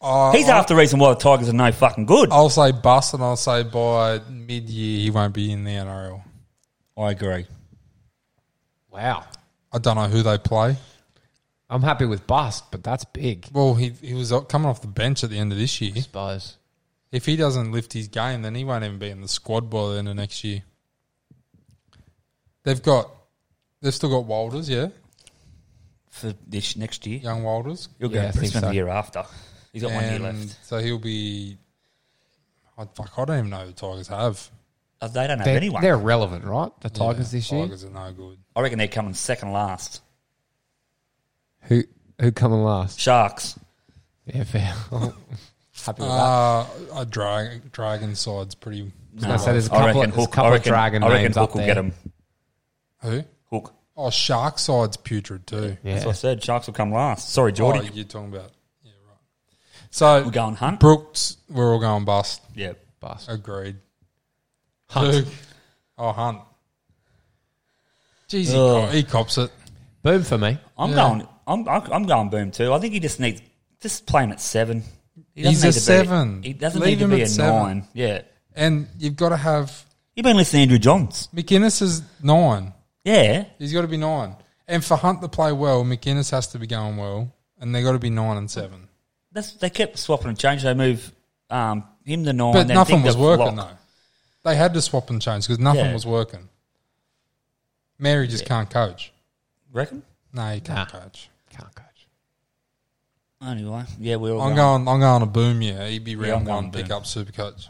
I-
He's half the reason why the Tigers are no fucking good.
I'll say bust, and I'll say by mid-year he won't be in the NRL.
I agree.
wow.
I don't know who they play.
I'm happy with Bust, but that's big.
Well, he he was coming off the bench at the end of this year.
Spies.
If he doesn't lift his game, then he won't even be in the squad by the end of next year. They've got, they've still got Wilders, yeah,
for this next year.
young Wilders.
You'll go
Yeah, I
to
think
Brisbane
so.
the year after. He's got one year left.
So he'll be. I fuck, I don't even know who the Tigers have.
Uh, they don't have
They're,
anyone.
they're relevant, right? The Tigers
Yeah,
this year.
Tigers are no good.
I reckon they're coming second last.
Who who coming last?
Sharks.
Yeah, fair. happy with that.
Uh, a drag, dragon side's pretty.
I was gonna say, there's a
I
couple of-
reckon
there's a
Hook.
couple
I
of
reckon,
dragon
I reckon
names
Hook
up
will
there.
get him.
Who?
Hook.
Oh, shark side's putrid too.
Yeah.
That's what I said. Sharks will come last. Sorry,
Oh,
Geordie.
you're talking about. Yeah, right. So
We're going Hunt.
Brooks, we're all going bust.
Yeah.
Bust.
Agreed.
Hunt.
Luke. Oh, Hunt. Jeez, he,
Ugh.
co- he cops it.
Boom for me.
I'm
Yeah.
going. I'm I'm I'm going boom too. I think he just needs just play him at seven. He
He's
doesn't
a
need to be-
seven.
he doesn't
Leave
need to
him
be
at
a
seven.
nine. Yeah.
And you've got to have
You've been listening to Andrew Johns.
McInnes is nine.
Yeah.
He's got to be nine. And for Hunt to play well, McInnes has to be going well, and they got to be nine and seven.
That's they kept swapping and changing. They move um, him to nine.
But
then
nothing
think
was
the
working
Lock.
though. They had to swap and change because nothing
Yeah.
was working. Mary just can't coach.
Reckon.
No, he can't coach.
Can't coach.
Anyway, yeah, we're all
I'm
going.
going. I'm going to boom. Yeah, he'd be
I'm
round
going
one. Pick
boom.
up super coach.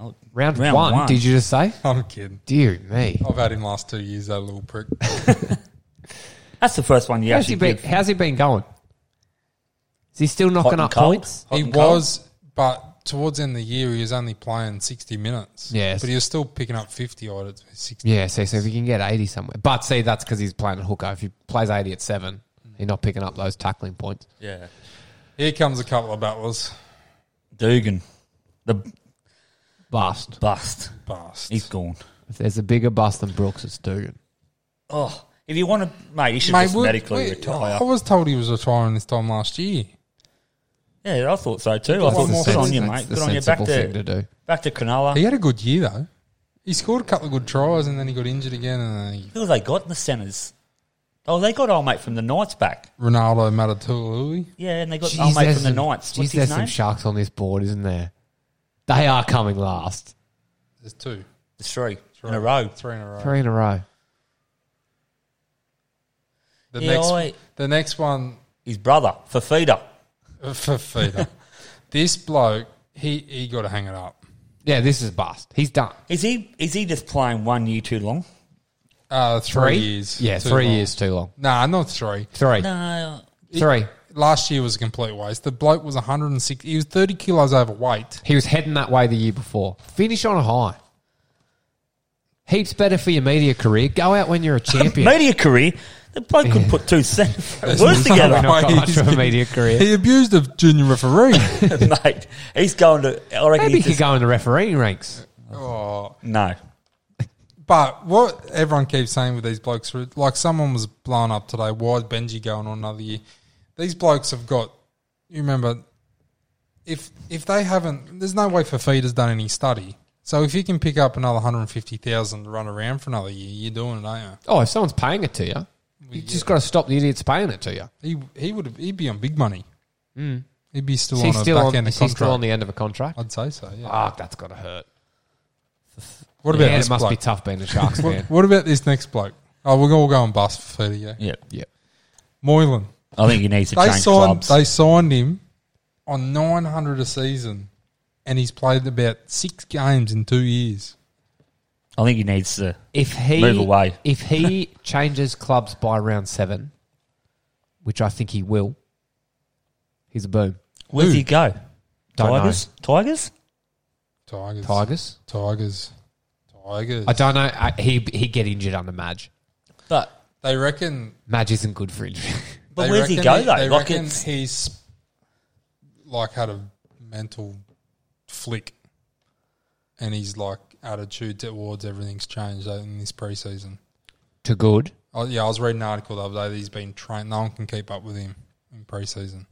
Oh,
Round,
Round
one,
one. Oh,
Did you just say?
I'm kidding.
Dear me.
I've had him last two years. That little prick.
That's the first one you
How's he
actually
been?
picked.
How's he been going? Is he still knocking
and
up
cold.
points?
Hot
he
and cold.
was, but towards the end of the year, he was only playing 60 minutes.
Yes.
But he was still picking up 50 odd at 60.
Yeah, see, so if he can get 80 somewhere. But see, that's because he's playing hooker. If he plays 80 at 7, he's not picking up those tackling points.
Yeah.
Here comes a couple of battlers.
Dugan, the
Bust.
bust.
Bast.
He's gone.
If there's a bigger bust than Brooks, it's Dugan.
Oh, if you want to, mate, you should just
we-
medically
we- oh.
retire.
I was told he was retiring this time last year.
yeah, I thought so too. I
That's
thought
the
good
sense-
on you,
that's
mate.
the
Good on you. Back
sensible
to
thing to do.
back to Cronulla.
He had a good year, though. He scored a couple of good tries and then he got injured again. And then he,
Who have they got in the centres? Oh, they got old mate from the Knights back.
Ronaldo Matatulu.
Yeah, and they got
Jeez,
old mate
there's
from the
some-
Knights.
Jeez,
What's
there's
his
some
name?
sharks on this board, isn't there? They are coming last.
There's two.
the three in a row.
Three in a row.
Three in a row.
The,
Yeah,
next,
I-
the next one uh,
His brother, Fafida.
for Feeder. this bloke, he, he got to hang it up.
Yeah, this is bust. He's done.
Is he? Is he just playing one year too long?
Uh, three, years.
Yeah,
Too
three
long.
years too long.
Nah, not three.
Three.
No.
Three.
Last year was a complete waste. The bloke was 106. He was 30 kilos overweight.
He was heading that way the year before. Finish on a high. Heaps better for your media career. Go out when you're a champion.
Media career. The bloke could put two centres words
Probably
together,
not got much
He's-
of a media career.
He abused a junior referee.
mate. He's going to. I reckon
Maybe he
he's
could
just,
go in the refereeing ranks.
oh.
no.
But what everyone keeps saying with these blokes, like someone was blown up today. Why is Benji going on another year? These blokes have got. You remember, if if they haven't, there's no way Fafita's done any study. So if you can pick up another 150,000 to run around for another year, you're doing it, aren't
Oh, if someone's paying it to you, you just got to stop the idiots paying it to you.
you? He he would he'd be on big money. He'd be still
Hmm.
on
Is he
a
still
back
on,
end of
is he
contract.
still on the end of a contract?
I'd say so. Yeah.
Fuck, that's got to hurt.
What about
Yeah,
this
it must
bloke?
be tough being a Sharks
What,
fan.
what about this next bloke? Oh, we're all going bust for thirty. Yeah,
Yeah.
yeah.
Moylan.
I think he needs to
They
change
signed.
clubs.
They signed him on nine hundred a season, and he's played about six games in two years.
I think he needs to.
If he
Move away.
if he changes clubs by round seven, which I think he will, he's a boom.
Where does
Who?
he go?
Don't know.
Tigers. Tigers.
Tigers.
Tigers.
Tigers. Tigers.
I don't know. I, he he get injured under Madge.
But
They reckon.
Madge isn't good for injury.
but
they
where's he
reckon
go though?
They
Like
reckon
it's
he's like had a mental flick, and he's like attitude towards everything's changed in this preseason.
to good.
Oh, yeah, I was reading an article the other day that he's been trained. No one can keep up with him in preseason.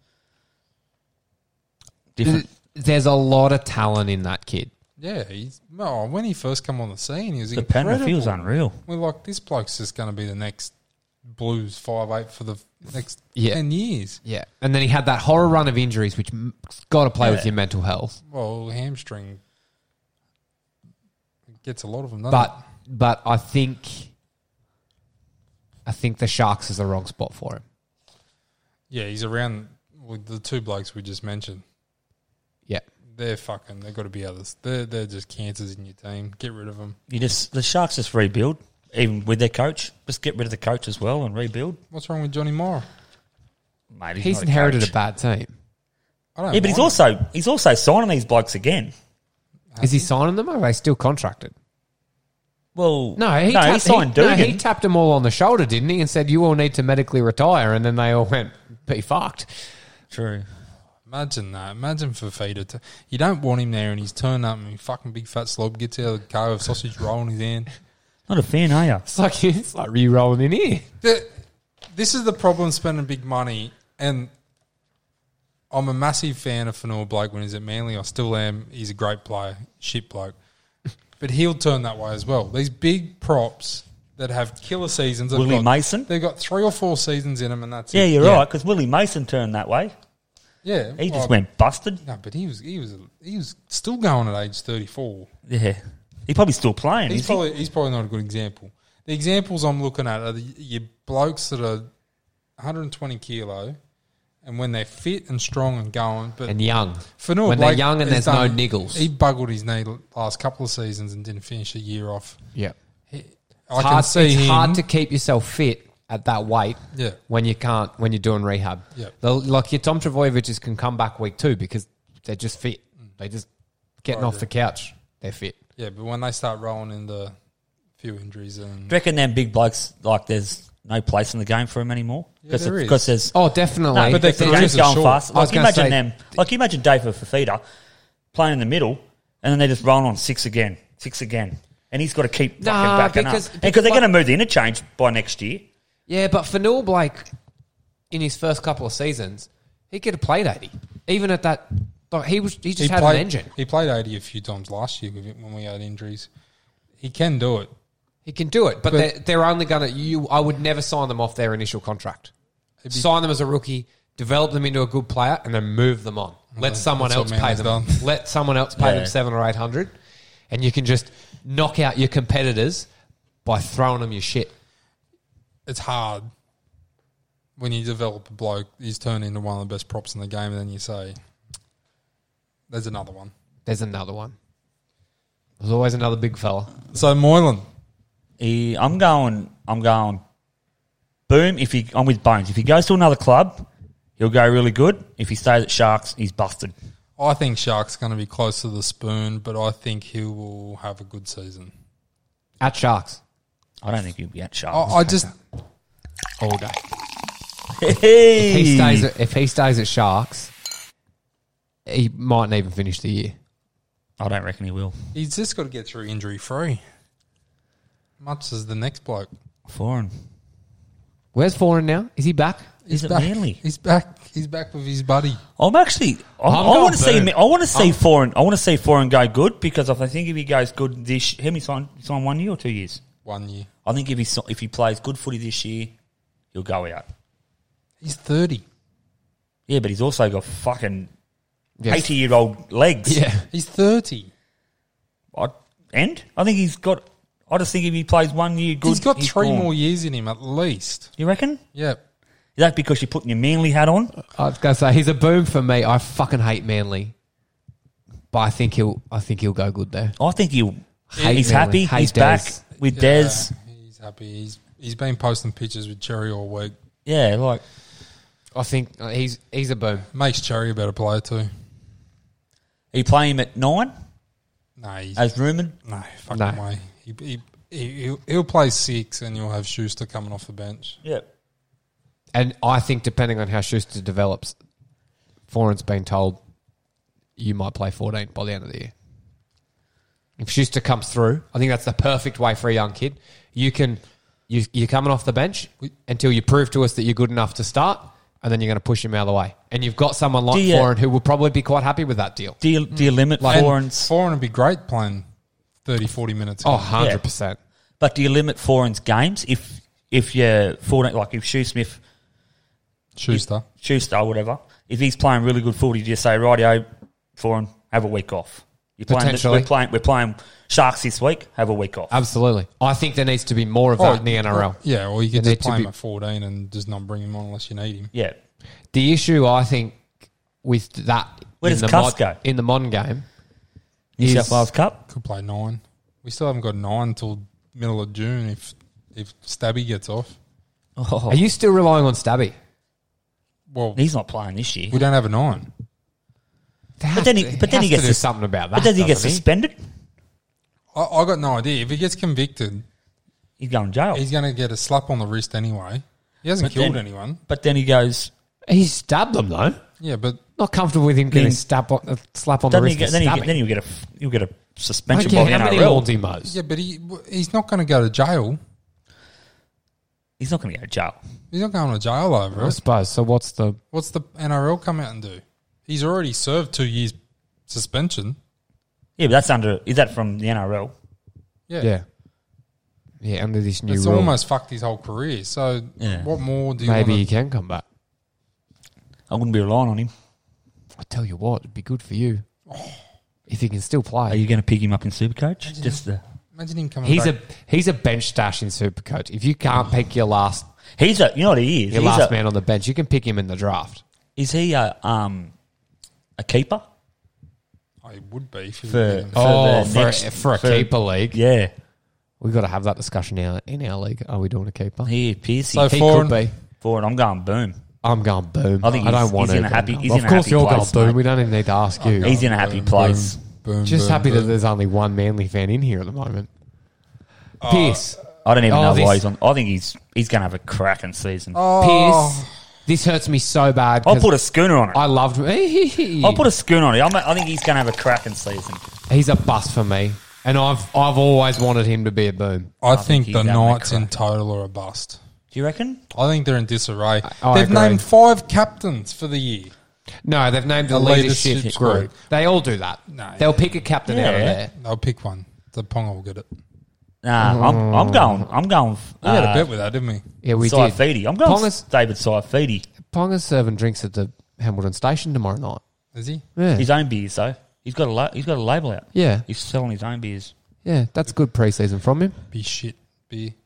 different.
There's a lot of talent in that kid.
Yeah, he's no. when he first came on the scene, he was
The
incredible.
Penrith he was unreal.
We're like, this bloke's just going to be the next Blues five eight for the next
Yeah.
ten years.
Yeah. And then he had that horror run of injuries, which got to play with your mental health.
Well, hamstring gets a lot of them. doesn't
But but I think I think the Sharks is the wrong spot for him.
it? yeah, he's around with the two blokes we just mentioned.
Yeah.
They're fucking. They've got to be others. They're they're just cancers in your team. Get rid of them.
You just the Sharks just rebuild, even with their coach. Just get rid of the coach as well and rebuild.
What's wrong with Johnny Moore?
Mate,
He's
not
inherited
coach.
a bad team.
I don't.
Yeah, but he's
mind
also he's also signing these blokes again.
Is he signing them or are they still contracted?
Well,
No, he,
no,
tapped,
he signed
he, no,
Dugan.
he tapped them all on the shoulder, didn't he? And said, You all need to medically retire. And then they all went, Be fucked.
True.
it. Imagine that. Imagine Fafita. T- you don't want him there, and he's turned up and he fucking big fat slob gets out of the car with sausage roll in his hand.
Not a fan, are you?
It's like, it's like re rolling in here.
the, this is the problem spending big money and I'm a massive fan of Fanua Blake when he's at Manly. I still am. He's a great player, shit bloke. But he'll turn that way as well. These big props that have killer seasons. they've
Willie
got-
Mason?
They've got three or four seasons in them, and that's
Yeah,
it.
you're
Yeah.
right, because Willie Mason turned that way.
Yeah.
He just
well,
went busted.
No, but he was he was he was still going at age 34.
Yeah. He probably still playing.
He's
is he?
probably he's probably not a good example. The examples I'm looking at are the, your blokes that are 120 kilo, and when they're fit and strong and going, but
And young.
Fanua
when they're
Blake
young and
has
there's no
done-
niggles.
he buggled his knee last couple of seasons and didn't finish a year off.
Yeah.
I
hard,
can see
it's
him.
hard to keep yourself fit at that weight
Yeah.
when you can't when you're doing rehab.
Yeah.
The- like your Tom Travojeviches can come back week two because they're just fit. They just getting off the couch. They're fit.
yeah, but when they start rolling into few injuries and
Do you reckon them big blokes like there's no place in the game for him anymore? Because
there is.
because there's
Oh, definitely.
no,
but
because
they
the
can just
game's
as
going
short.
fast.
I
Like
was
you
gonna
imagine
say-
them, like you imagine David Fafita playing in the middle, and then they're just rolling on six again, six again, and he's got to keep fucking
Nah,
backing
because-
up because they're
because-
going to move the interchange by next year.
yeah, but for Noel Blake, in his first couple of seasons, he could have played eighty, even at that. Like he was, he just had
played
an engine.
he played 80 a few times last year with it when we had injuries. He can do it.
He can do it,
But-
but, they're, they're only gonna. You, I would never sign them off their initial contract. sign them as a rookie, develop them into a good player, and then move them on. Let someone
that's
else
what
pay
Manly's
them.
done.
Let someone else pay
Yeah.
them seven or eight hundred, and you can just knock out your competitors by throwing them your shit.
it's hard when you develop a bloke he's turned into one of the best props in the game and then you say there's another one
There's another one. There's always another big fella.
so moylan
He, I'm going. I'm going. Boom! If he, I'm with Bones. If he goes to another club, he'll go really good. If he stays at Sharks, he's busted.
i think shark's going to be close to the spoon but i think he will have a good season
At Sharks.
I don't think he'll be at
i,
Sharks.
I just
All day.
Hey!
He stays at, Oh, if he stays at Sharks, he mightn't even finish the year.
I don't reckon he will.
he's just got to get through injury free much as the next bloke
For him,
Where's Foran now? Is he back?
is it
back,
Manly?
he's back he's back with his buddy
I'm actually. i
I'm
I
going
want to see.
Burn.
I want to see foreign. I want to see foreign go good because if I think if he goes good this, him he sign he sign one year or two years.
one year
I think if he si- if he plays good footy this year, he'll go out.
he's 30
Yeah, but he's also got fucking
Yes.
eighty year old legs.
Yeah.
he's 30
I, and I think he's got. I just think if he plays one year good,
he's got three
gone.
more years in him at least
You reckon? Is
yep
that because you're putting your manly hat on?
I was gonna say he's a boom for me. I fucking hate Manly, but I think he'll. I think he's go good there.
I think he'll.
Hate
he's
Manly.
happy.
Hate
he's
Des.
back with Dez.
Yeah, he's happy. He's he's been posting pictures with Cherry all week.
Yeah, like
I think uh, he's he's a boom.
Makes Cherry a better player too.
he play him at nine
No, he's,
as rumored.
no fucking
No.
way. He, he, he, he'll, he'll play six, and you'll have Schuster coming off the bench.
Yeah.
And I think depending on how Schuster develops, Foran's been told you might play 14 by the end of the year. If Schuster comes through, I think that's the perfect way for a young kid. You can you you're coming off the bench until you prove to us that you're good enough to start, and then you're going to push him out of the way. And you've got someone like
Do you-
Foran who will probably be quite happy with that deal.
Do you, do you limit
And
Foreign's?
Foreign would be great playing 30, 40 minutes.
Oh, 100 percent.
But do you limit Foreign's games if if you're 14, like if Shoe Smith
Schuster.
Schuster, whatever, if he's playing really good footy, do you say, rightio, for him, have a week off? You're playing, this-
Potentially.
we're, playing, we're playing Sharks this week, have a week off.
Absolutely. I think there needs to be more of that in the NRL.
Yeah, or you could
They
just
need to
play him
be-
at 14 and just not bring him on unless you need him.
yeah.
The issue, I think, with that
Where
in,
does
the mod-
Cuss go?
in the modern game,
New
Is-
South Wales Cup.
Could play nine. We still haven't got nine till middle of June if if Stabby gets off.
are you still relying on Stabby?
Well,
He's not playing this year.
we don't have a nine.
But
then he- but then he gets
to do
sus-
something about that.
But does he get
doesn't
suspended?
I, I got no idea. If he gets convicted,
He's going to jail.
he's going to get a slap on the wrist anyway. He hasn't
But
killed
then-
anyone.
but then he goes,
He stabbed them though.
Yeah, but
Not comfortable with him getting
Then-
stab on, a slap on the
then, he
wrist.
get,
Get,
then, he get, then he'll get a you'll get a
I
suspension
don't
by
care
the
how many
NRL.
lawns he mows.
yeah, but he he's not going to go to jail.
He's not going to go to jail.
He's not going to jail over
I
it.
suppose. So what's the?
What's the NRL come out and do? He's already served two years suspension.
Yeah, but that's under. Is that from the NRL?
Yeah,
Yeah. Yeah, under this new
it's
rule,
almost fucked his whole career. So
Yeah.
what more do you
maybe he
Wanna,
can come back.
I wouldn't be relying on him.
I tell you what, it'd be good for you if he can still
Are
play.
you going to pick him up in Supercoach? Just the
imagine him coming.
He's
back.
a he's a bench stash in Supercoach. If you can't pick your last
he's a. You know what he is.
your
he's
last
a,
man on the bench, you can pick him in the draft.
Is he a um a keeper?
I would be if Oh, he
For-
was
Oh,
the
for,
next-
for a
for-
keeper league,
Yeah,
we've got to have that discussion now in our league. Are we doing a keeper? He,
he Piercy
So
he,
foreign-
could be.
forward. I'm going boom.
I'm going boom. I,
I think
don't
he's-
want
he's
to.
in a happy- he's
of
in a
course,
happy
you're
place,
going boom.
mate.
We don't even need to ask you.
He's in a happy place.
Boom,
Just
boom,
happy that
boom.
there's only one Manly fan in here at the moment. Pierce,
I don't even
Oh,
know
this- Oh,
why he's on. I think he's he's going to have a cracking season.
Pierce, this hurts me so bad.
I'll
'cause
put a schooner on it.
I loved. I'll
I'll put a schooner on it. I'm a, I think he's going to have a cracking season.
He's a bust for me, and I've I've always wanted him to be a boom.
I,
think
think,
he's
the
having a
Knights in total are a bust.
Do you reckon?
I think they're in disarray.
I
They've
agree.
named five captains for the year.
No, they've named the
The
leadership,
leadership
group.
group.
They all do that.
No.
They'll pick a captain out of
Yeah.
there.
They'll pick one. The Ponga will get it.
Nah, I'm,
Oh.
I'm going. I'm going.
We had a
Uh,
bet with that, didn't we?
Yeah, we did.
Saifidi. I'm going
Ponga's-
David Saifidi.
Ponga's serving drinks at the Hamilton Station tomorrow night.
Is he?
Yeah,
His own beers, though. He's got a la- he's got a label out.
yeah,
He's selling his own beers.
yeah. That's good preseason from him.
Be shit. Be.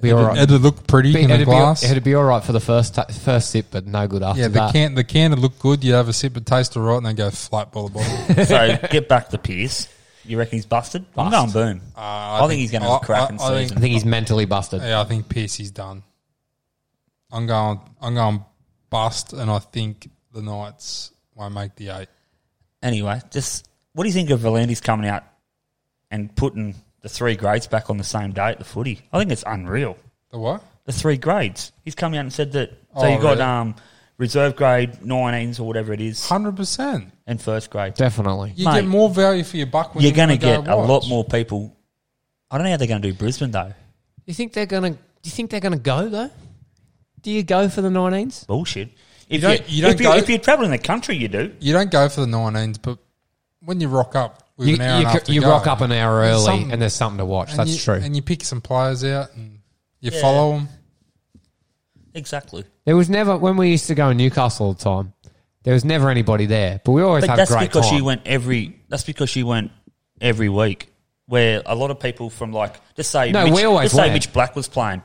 Be all right.
It'd look pretty
Be-
in the
it'd,
glass.
be, it'd be all right for the first ta- first sip, but no good after
yeah, the
that.
can the can would look good. You have a sip, it tastes all right, and they go flat ball of bottle.
So get back to Pierce. You reckon he's busted? Uh, I'm
Bust.
going boom. I, think, he's going to
I-
have a cracking
I- I think-
I
season.
think he's mentally busted.
yeah, I think Piercy's done. I'm going. I'm going bust, and I think the Knights won't make the eight.
Anyway, just what do you think of Valandy's coming out and putting the three grades back on the same day at the footy? I think it's unreal.
The what?
The three grades. He's come out and said that. So
Oh,
you got
really?
um, reserve grade, 19s or whatever it is,
Hundred percent.
and first grade.
Definitely.
You
Mate,
get more value for your buck when
You're going to
you go
get a lot
watch.
more people. I don't know how they're going to do Brisbane though.
You think they're gonna? Do you think they're gonna go though? Do you go for the 19s?
Bullshit. If you
don't- you don't
if, you,
go-
if you're traveling the country, you do.
You don't go for the 19s, but when you rock up with
You,
an hour and a
you,
half to
you
go,
rock up an hour
there's
early,
something-
and there's something to watch.
and
That's
you-
true.
And you pick some players out and you follow 'em. follow them.
Exactly.
There was never when we used to go in Newcastle all the time. There was never anybody there, but we always
But
had
that's
great
because
time.
you went every. That's because you went every week. Where a lot of people from like just say
No,
Mitch,
we always
just say
went.
Mitch Black was playing.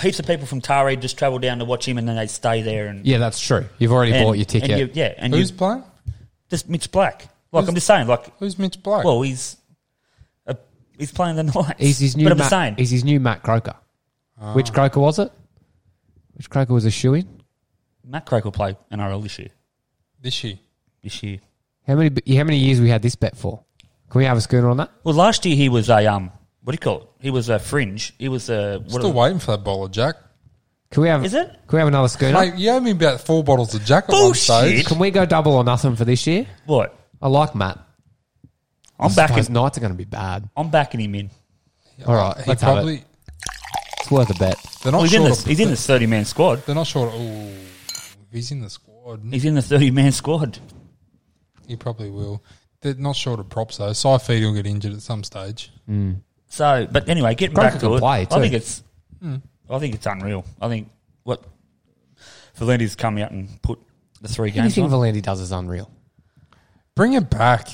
Heaps of people from Taree just travel down to watch him, and then they stay there and
yeah, that's true. You've already
and-
bought your
and
ticket.
you- yeah, and you
Who's playing?
just Mitch Black. Like
Who's-
I'm just saying, like
Who's Mitch Blake?
well, he's a, he's playing the night.
he's his new.
But I'm
Matt,
just saying,
He's his new Matt Croker. Which Croker was it? Which Croker was a shoe in?
Matt Craig will play NRL this year.
this year.
This year.
How many? How many years we had this bet for? Can we have a schooner on that?
Well, last year he was a um. What do you call it? He was a fringe. He was a what
Still
are-
waiting for that bottle of Jack.
Can we have?
Is it?
Can we have another schooner?
Mate, you owe me about four bottles of Jack at one stage.
Bullshit.
Can we go double or nothing for this year?
what?
I like Matt.
I'm
His
backing.
nights are going to be bad.
I'm backing him in.
All right,
He
let's
probably
have it. It's worth a bet.
they're
Well,
not
Oh, he's, in
sure.
this, he's in this 30 man squad.
They're not sure. Ooh, he's in the squad.
He's in the 30 man squad.
He probably will. They're not sure of props though. Saifidi will get injured at some stage.
So, but anyway, getting
Croker
back
can
to it,
play,
I think
too. Hmm.
it's I think it's unreal. I think what Valente's come out and put the three games
Anything
on.
Valenti does is unreal.
Bring it back.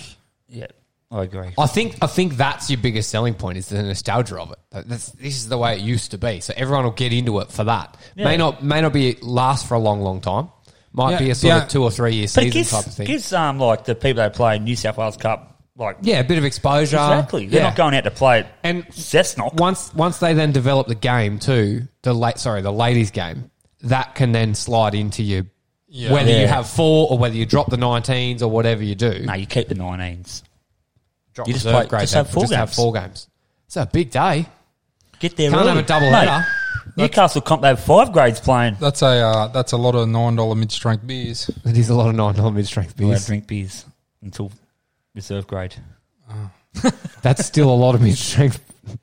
yeah, I agree.
I think I think that's your biggest selling point is the nostalgia of it. That- That's, this is the way it used to be, so everyone will get into it for that. May not may not be last for a long, long time. Might
Yeah,
be a sort
yeah.
of two or three year
But
season
it gives,
type of thing.
gives um, like the people that play New South Wales Cup, like,
yeah, a bit of exposure.
exactly. They're
yeah.
not going out to play it.
And
Cessnock.
once once they then develop the game too, the late sorry, the ladies game, that can then slide into you
Yeah.
whether you
Yeah.
have four or whether you drop the nineteens or whatever you do.
no, you keep the 19s.
drop
you just
reserve
play-
grade
just
down,
have four
just have
games.
four games. It's a big day.
Get there
Can't
early.
have a double
Mate,
header.
Newcastle comp, they have five grades playing.
That's a uh, that's a lot of nine dollar mid strength beers.
It is a lot of nine dollar mid strength
Allowed to
beers.
drink beers until reserve grade.
That's still a lot of mid strength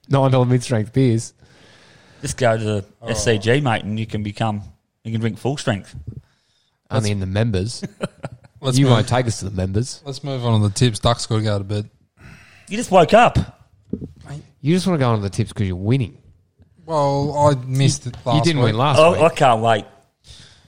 nine dollar mid strength beers.
Just go to the
Oh.
SCG, mate, and you can become, you can drink full strength.
I mean the members.
Let's
you
move,
won't take us to the members.
Let's move on to the tips. Duck's got to go to bed.
You just woke up.
You just want to go on the tips because you're winning.
Well, I missed it. Last
you didn't
week.
win last
Oh, I
week.
can't wait.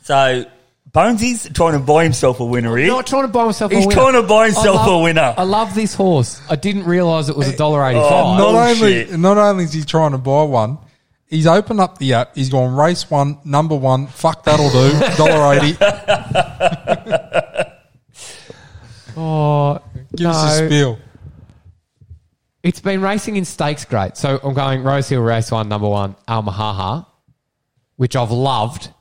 So, Bonesy's trying to buy himself a winner here.
Not trying to buy myself.
He's
a winner.
trying to buy himself
I love-
a winner.
I love this horse. I didn't realise it was a dollar eighty
Oh,
five.
Not only
Bullshit.
not only is he trying to buy one, he's opened up the app. He's gone race one, number one. Fuck that'll do. Dollar eighty.
Oh,
Give
no.
us a spiel.
It's been racing in stakes great. So I'm going Rose Hill Race 1, number one, Almahaha, which I've loved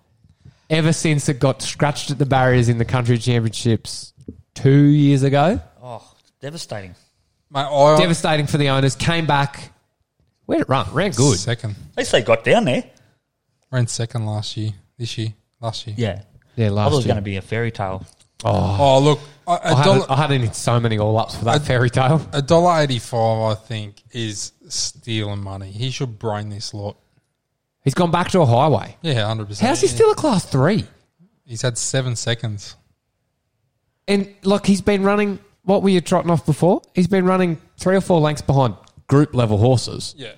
ever since it got scratched at the barriers in the country championships two years ago.
Oh, devastating.
Mate, I
Devastating for the owners. Came back. Where'd it run? Ran good.
Second,
At least they got down there.
ran second last year. This year, last year.
Yeah.
Yeah,
I thought it was
last
going to
year.
be a fairy tale.
Oh look, a, a
I had,
dollar Uh,
it, I had it in so many all ups for that fairy tale.
a dollar eighty five. I think is stealing money. He should brain this lot.
He's gone back to a highway.
Yeah, hundred percent.
How's he still a class three?
He's had seven seconds.
And look, he's been running. What were you trotting off before? He's been running three or four lengths behind group level horses.
Yeah.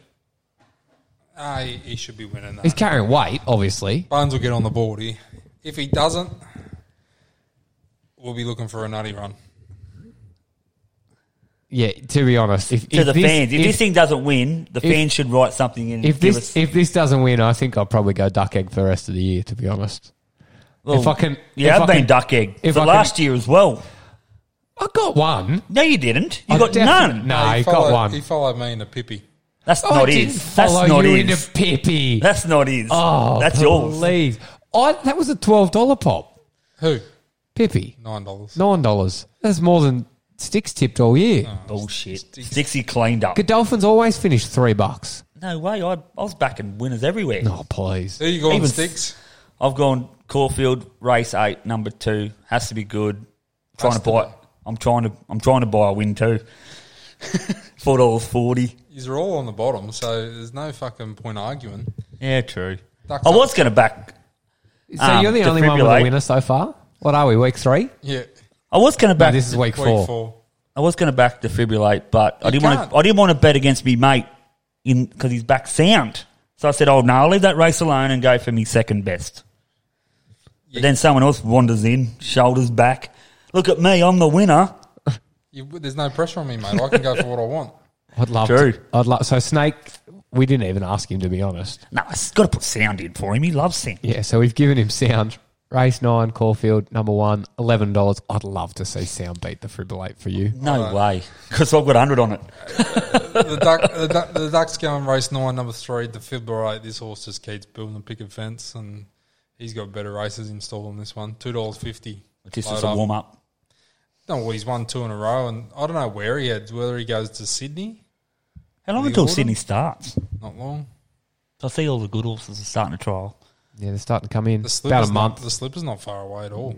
Uh, he, he should be winning that.
He's carrying weight, obviously.
Barnes will get on the board. He, if he doesn't, we'll be looking for a nutty run.
Yeah, to be honest, if,
To
if
the
this,
fans. If,
if,
this thing doesn't win, the
if-
fans should write something in.
if
give
this
us-
if this doesn't win, I think I'll probably go duck egg for the rest of the year. To be honest,
well,
if I can-
Yeah,
if
I've
I
been
can-
duck egg.
if
for
I can-
last year as well.
I got one.
No, you didn't. You
I
got
defi-
none.
No, I
followed,
got one.
He followed me in a pippy.
That's
I
not
didn't
his. That's
follow
not
you
his.
into Pippi.
That's not his.
oh,
That's yours.
please. I that was a twelve dollar pop.
Who?
Pippi,
Nine dollars.
nine dollars. That's more than sticks tipped all year.
Bullshit. Dixie cleaned up.
Godolphins always finish three bucks.
No way. I, I was backing winners everywhere.
No, please.
Who you got on
Even-
sticks?
I've gone Caulfield race eight number two has to be good. Trying
Has
to
to
buy.
be.
I'm trying to. I'm trying to buy a win too. Four dollars forty.
These are all on the bottom, so there's no fucking point arguing.
Yeah, true.
Ducks
I
up.
was going to back.
So
Um,
you're the only one with a
defibrillate.
winner so far. What are we? Week three?
Yeah.
I was going to
No,
back.
this is week,
Week
four.
I was going to back defibrillate, but I
You
didn't want
can't.
to. I didn't want to bet against me mate in because he's back sound. So I said, "Oh no, I'll leave that race alone and go for me second best."
Yeah.
But then someone else wanders in, shoulders back. Look at me, I'm the winner.
You, there's no pressure on me, mate. I can go for what I want.
I'd love
True.
to. I'd love. So Snake, we didn't even ask him to be honest.
No, it's got to put sound in for him. He loves sound.
Yeah, so we've given him sound. Race nine, Caulfield, number one, eleven dollars. I'd love to see sound beat the fibrillate for you.
No way, because I've got hundred on it.
The, duck, the, duck, the Ducks go in race nine, number three, defibrillate. This horse just keeps building a picket fence, and he's got better races installed on this one. $2.50.
Just
Load
as a
up.
warm up.
No, well, he's won two in a row, and I don't know where he heads. Whether he goes to Sydney,
How long
The
until
order?
Sydney starts?
not long.
I see all the good horses are starting to trial.
Yeah, they're starting to come in.
The
About
slipper's
a
Not,
month.
the slipper's not far away at all.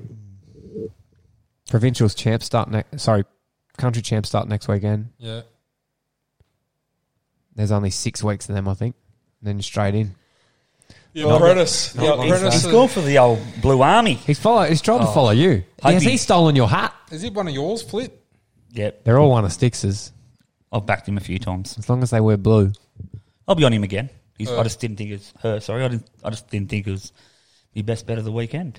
Provincials champs start next. Sorry, country champs start next weekend.
Yeah,
There's only six weeks of them, I think. And then straight in.
the
Not-
apprentice. The
He's,
apprentice.
he's gone for the old Blue Army.
He's follow. He's tried to follow you.
Oh. Hope
Has
he-
he stolen your hat?
Is it one of yours, Flip?
Yep,
They're all one of Stix's,
I've backed him a few times.
as long as they wear blue.
I'll be on him again. He's,
Uh.
I just didn't think it was her. Sorry, I didn't. I just didn't think it was the best bet of the weekend.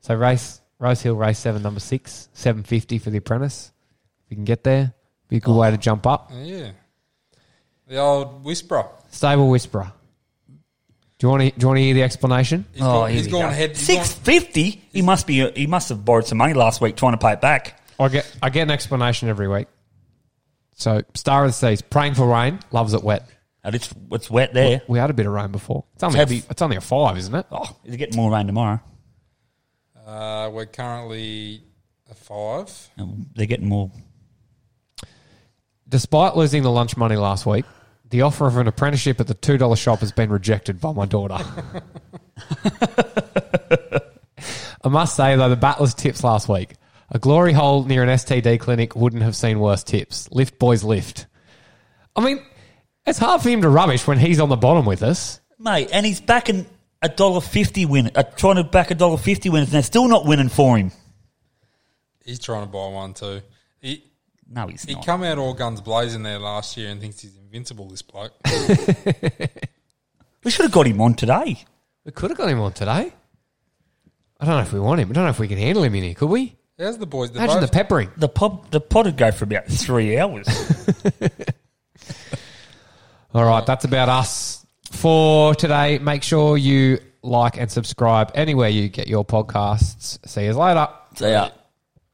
So race Rose Hill race seven number six seven fifty for the apprentice. If you can get there, be a good
Oh.
way to jump up.
Yeah. The old whisperer.
Stable Whisperer. Do you want to do you want to hear the explanation?
He's
Oh,
gone,
here
he's
we
gone
go.
head. he's
Six
gone-
fifty. He must be. uh, He must have borrowed some money last week trying to pay it back.
I get I get an explanation every week. So Star of the Seas praying for rain loves it wet.
And it's it's wet there.
We had a bit of rain before. It's only
Heavy.
A, it's only a five, isn't it?
Oh, it's getting more rain tomorrow.
uh, we're currently a five.
And Um, They're getting more.
Despite losing the lunch money last week, the offer of an apprenticeship at the two dollar shop has been rejected by my daughter. I must say though, the battler's tips last week. A glory hole near an STD clinic wouldn't have seen worse tips. Lift boys lift. I mean, it's hard for him to rubbish when he's on the bottom with us.
mate, and he's backing a dollar fifty win, uh, trying to back a dollar fifty winners, and they're still not winning for him.
He's trying to buy one too. He
No, he's
he
not.
come out all guns blazing there last year and thinks he's invincible. This bloke.
we should have got him on today.
We could have got him on today. I don't know if we want him. I don't know if we can handle him in here, could we?
How's the boys? They're
Imagine the
both,
peppering.
The pod, the pod would go for about three hours.
All right, that's about us for today. Make sure you like and subscribe anywhere you get your podcasts. See you later.
so yeah.